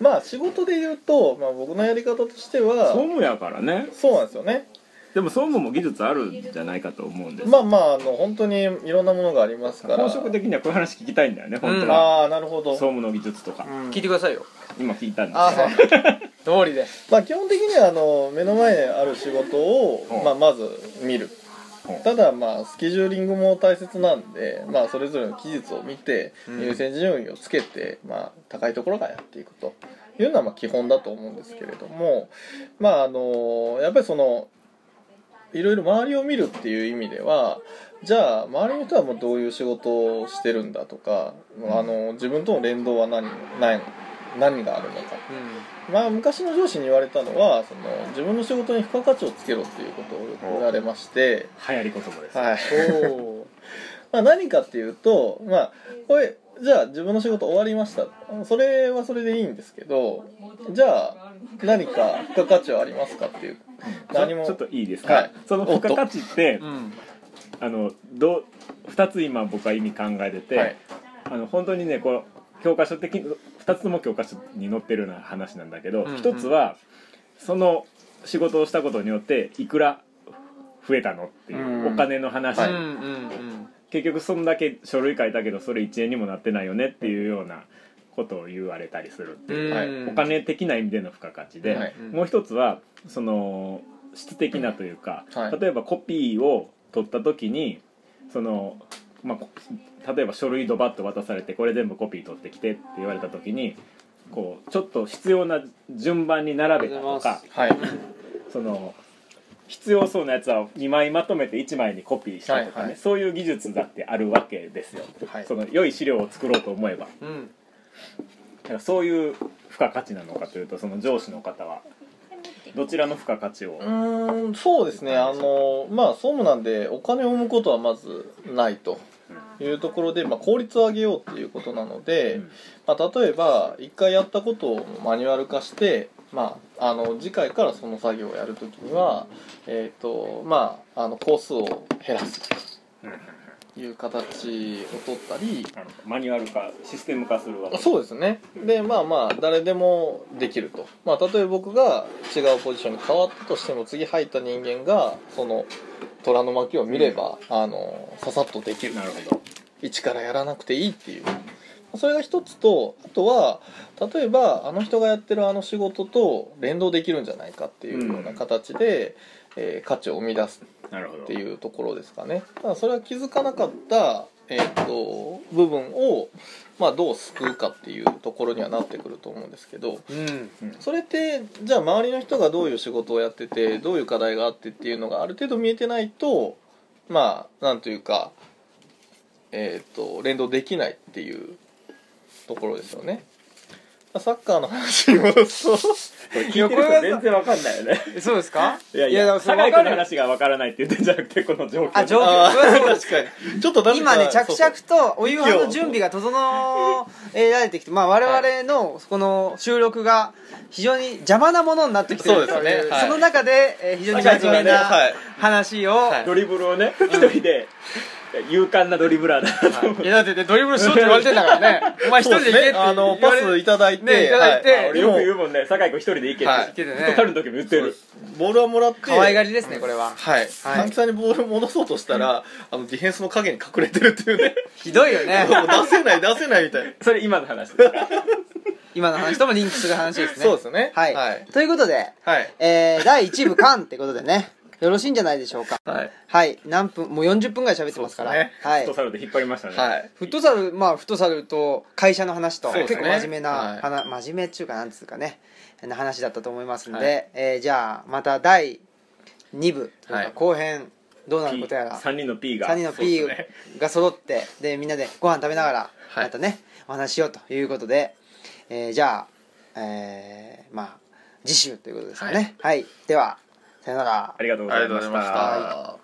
[SPEAKER 4] まあ仕事で言うと、まあ僕のやり方として
[SPEAKER 2] 総
[SPEAKER 4] は、
[SPEAKER 2] 務やからね
[SPEAKER 4] そうなんですよね。
[SPEAKER 2] でも総務も技術あるんじゃないかと思うんです
[SPEAKER 4] まあまああの本当にいろんなものがありますから。
[SPEAKER 2] 本職的にはこういう話聞きたいんだよね本当は、
[SPEAKER 4] ああなるほ
[SPEAKER 2] 総
[SPEAKER 4] ど。
[SPEAKER 2] 務の技術とか、
[SPEAKER 4] うん
[SPEAKER 1] 聞いてくださいよ
[SPEAKER 2] 今聞いたんで
[SPEAKER 1] ああ
[SPEAKER 2] す
[SPEAKER 1] そう
[SPEAKER 2] よ
[SPEAKER 1] 通りで
[SPEAKER 4] まあ基本的にはあの目の前にある仕事を
[SPEAKER 2] うん
[SPEAKER 4] まあまず見る
[SPEAKER 2] うん。
[SPEAKER 4] ただまあスケジューリングも大切なんで、まあ、それぞれの技術を見て
[SPEAKER 1] うん
[SPEAKER 4] 優先順位をつけて、まあ、高いところからやっていくというのはまあ基本だと思うんですけれどもまああのやっぱりそのいろいろ周りを見るっていう意味ではじゃあ周りの人はもうどういう仕事をしてるんだとか、あの自分との連動は何何何があるのかまあ、昔の上司に言われたのはその自分の仕事に付加価値をつけろっていうことをよく言われまして、
[SPEAKER 2] 流行り言葉です、
[SPEAKER 4] はい
[SPEAKER 1] うんおお
[SPEAKER 4] まあ、何かっていうと、まあ、これじゃあ自分の仕事終わりましたそれはそれでいいんですけどじゃあ何か付加価値はありますかっていう何も
[SPEAKER 2] ちょっといいですか、
[SPEAKER 4] はい
[SPEAKER 2] その付加価値って
[SPEAKER 1] うん
[SPEAKER 2] あのどう2つ今僕は意味考えてて、
[SPEAKER 4] はい
[SPEAKER 2] あの本当にねこの教科書的に2つとも教科書に載ってるような話なんだけど、
[SPEAKER 1] うんうん
[SPEAKER 2] 一1つはその仕事をしたことによっていくら増えたのっていううんお金の話、
[SPEAKER 4] は
[SPEAKER 1] う
[SPEAKER 4] い
[SPEAKER 1] んうんうん
[SPEAKER 2] 結局そんだけ書類書いたけどそれ1円にもなってないよねっていうようなことを言われたりするっていう、
[SPEAKER 4] はい
[SPEAKER 1] うん
[SPEAKER 2] お金的な意味での付加価値で、
[SPEAKER 4] はい
[SPEAKER 2] もう一つはその質的なというか、
[SPEAKER 4] はい
[SPEAKER 2] 例えばコピーを取った時にその、まあこ、例えば書類ドバッと渡されてこれ全部コピー取ってきてって言われた時にこうちょっと必要な順番に並べたとか
[SPEAKER 4] はい
[SPEAKER 2] その必要そうなやつは2枚まとめて1枚にコピーしたとかね、
[SPEAKER 4] はいはい
[SPEAKER 2] そういう技術だってあるわけですよ、
[SPEAKER 4] はい
[SPEAKER 2] その良い資料を作ろうと思えば
[SPEAKER 1] うん
[SPEAKER 2] だからそういう付加価値なのかというとその上司の方はどちらの付加価値を
[SPEAKER 4] うーんそうですねあのまあ総務なんでお金を生むことはまずないというところで、まあ、効率を上げようっていうことなので、
[SPEAKER 2] うん
[SPEAKER 4] まあ、例えば一回やったことをマニュアル化して、まあ、あの次回からその作業をやるときには、えーとまあ、あの工数を減らすいう形を取ったり
[SPEAKER 2] あのマニュアル化システム化するわけ
[SPEAKER 4] そうですねでまあまあ誰でもできると、まあ、例えば僕が違うポジションに変わったとしても次入った人間がその虎の巻を見れば、あのささっとできる
[SPEAKER 2] なるほど
[SPEAKER 4] 一からやらなくていいっていうそれが一つとあとは例えばあの人がやってるあの仕事と連動できるんじゃないかっていうような形で、えー価値を生み出す
[SPEAKER 2] なるほど
[SPEAKER 4] っていうところですかねただそれは気づかなかった、えー、と部分を、まあ、どう救うかっていうところにはなってくると思うんですけど
[SPEAKER 1] うん
[SPEAKER 4] それってじゃあ周りの人がどういう仕事をやっててどういう課題があってっていうのがある程度見えてないとまあなんというか、えー、と連動できないっていうところですよね。サッカーの話に戻す と
[SPEAKER 2] これ聞いてる人全然わかんないよね
[SPEAKER 1] そうですか
[SPEAKER 2] いやいや
[SPEAKER 1] でもそれ
[SPEAKER 2] 酒
[SPEAKER 1] 分
[SPEAKER 2] 井君
[SPEAKER 1] か
[SPEAKER 2] の
[SPEAKER 1] る
[SPEAKER 2] 話がわからないって言ってんじゃなくてこの状況
[SPEAKER 1] あ状況
[SPEAKER 4] あー
[SPEAKER 1] それはそうです
[SPEAKER 4] 確かにちょっとなんか
[SPEAKER 1] 今ね着
[SPEAKER 4] そう
[SPEAKER 1] 々とお夕飯の準備が整えられてきて、まあ、我々のこの収録が非常に邪魔なものになってきてる
[SPEAKER 4] そうですねはい
[SPEAKER 1] その中で、えー非常に真面目な
[SPEAKER 4] はい
[SPEAKER 1] 話を、
[SPEAKER 4] はい
[SPEAKER 1] い
[SPEAKER 2] ドリブルをね一人で勇敢なドリブラーだなと思って
[SPEAKER 1] やだってねドリブルしろって言われてんだから ねお前一
[SPEAKER 4] そう
[SPEAKER 1] 人
[SPEAKER 4] で
[SPEAKER 1] で行けって
[SPEAKER 4] すね
[SPEAKER 1] 言われ
[SPEAKER 4] あのパスいただいて、
[SPEAKER 1] ねいただいて
[SPEAKER 4] は
[SPEAKER 2] 俺よく言うもんね酒井君一人で行けって
[SPEAKER 4] はい
[SPEAKER 1] いけて
[SPEAKER 2] トタル
[SPEAKER 1] ね
[SPEAKER 2] の時も言ってる
[SPEAKER 4] ボールはもらって
[SPEAKER 1] 可愛がりですねこれは
[SPEAKER 4] はい三木さんにボール戻そうとしたらあのディフェンスの影に隠れてるっていうね
[SPEAKER 1] ひどいよね
[SPEAKER 4] もう出せない出せないみたいな、
[SPEAKER 2] それ今の話ですか
[SPEAKER 1] 今の話ともリンクする話ですね
[SPEAKER 4] そうですね
[SPEAKER 1] はい、
[SPEAKER 4] はい
[SPEAKER 1] ということで、
[SPEAKER 4] はい
[SPEAKER 1] えー第1部完ってことでねよろしいんじゃないでしょうか
[SPEAKER 4] はい
[SPEAKER 1] はい何分もう40分ぐらい喋ってますから
[SPEAKER 4] そうですね
[SPEAKER 1] はい
[SPEAKER 2] フットサルで引っ張りましたね
[SPEAKER 4] はい
[SPEAKER 1] フットサルまあフットサルと会社の話と、
[SPEAKER 4] そうです
[SPEAKER 1] 結
[SPEAKER 4] ね
[SPEAKER 1] 構真面目な、
[SPEAKER 4] はい
[SPEAKER 1] はな真面目っていうかなんつうかねな話だったと思いますんで、
[SPEAKER 4] はい
[SPEAKER 1] えーじゃあまた第2部という
[SPEAKER 4] は
[SPEAKER 1] か
[SPEAKER 4] い
[SPEAKER 1] 後編どうなる
[SPEAKER 2] P
[SPEAKER 1] ことやら、
[SPEAKER 2] 三人の P が
[SPEAKER 1] 3人の P
[SPEAKER 2] そうですね
[SPEAKER 1] が揃ってでみんなでご飯食べながら
[SPEAKER 4] はい
[SPEAKER 1] またね、お話ししようということで、えーじゃあ、えーまあ次週ということですかねはい、ではさよなら
[SPEAKER 2] ありがとうござい
[SPEAKER 4] ありがとうご
[SPEAKER 2] ま
[SPEAKER 4] ざい
[SPEAKER 2] し
[SPEAKER 4] ましたた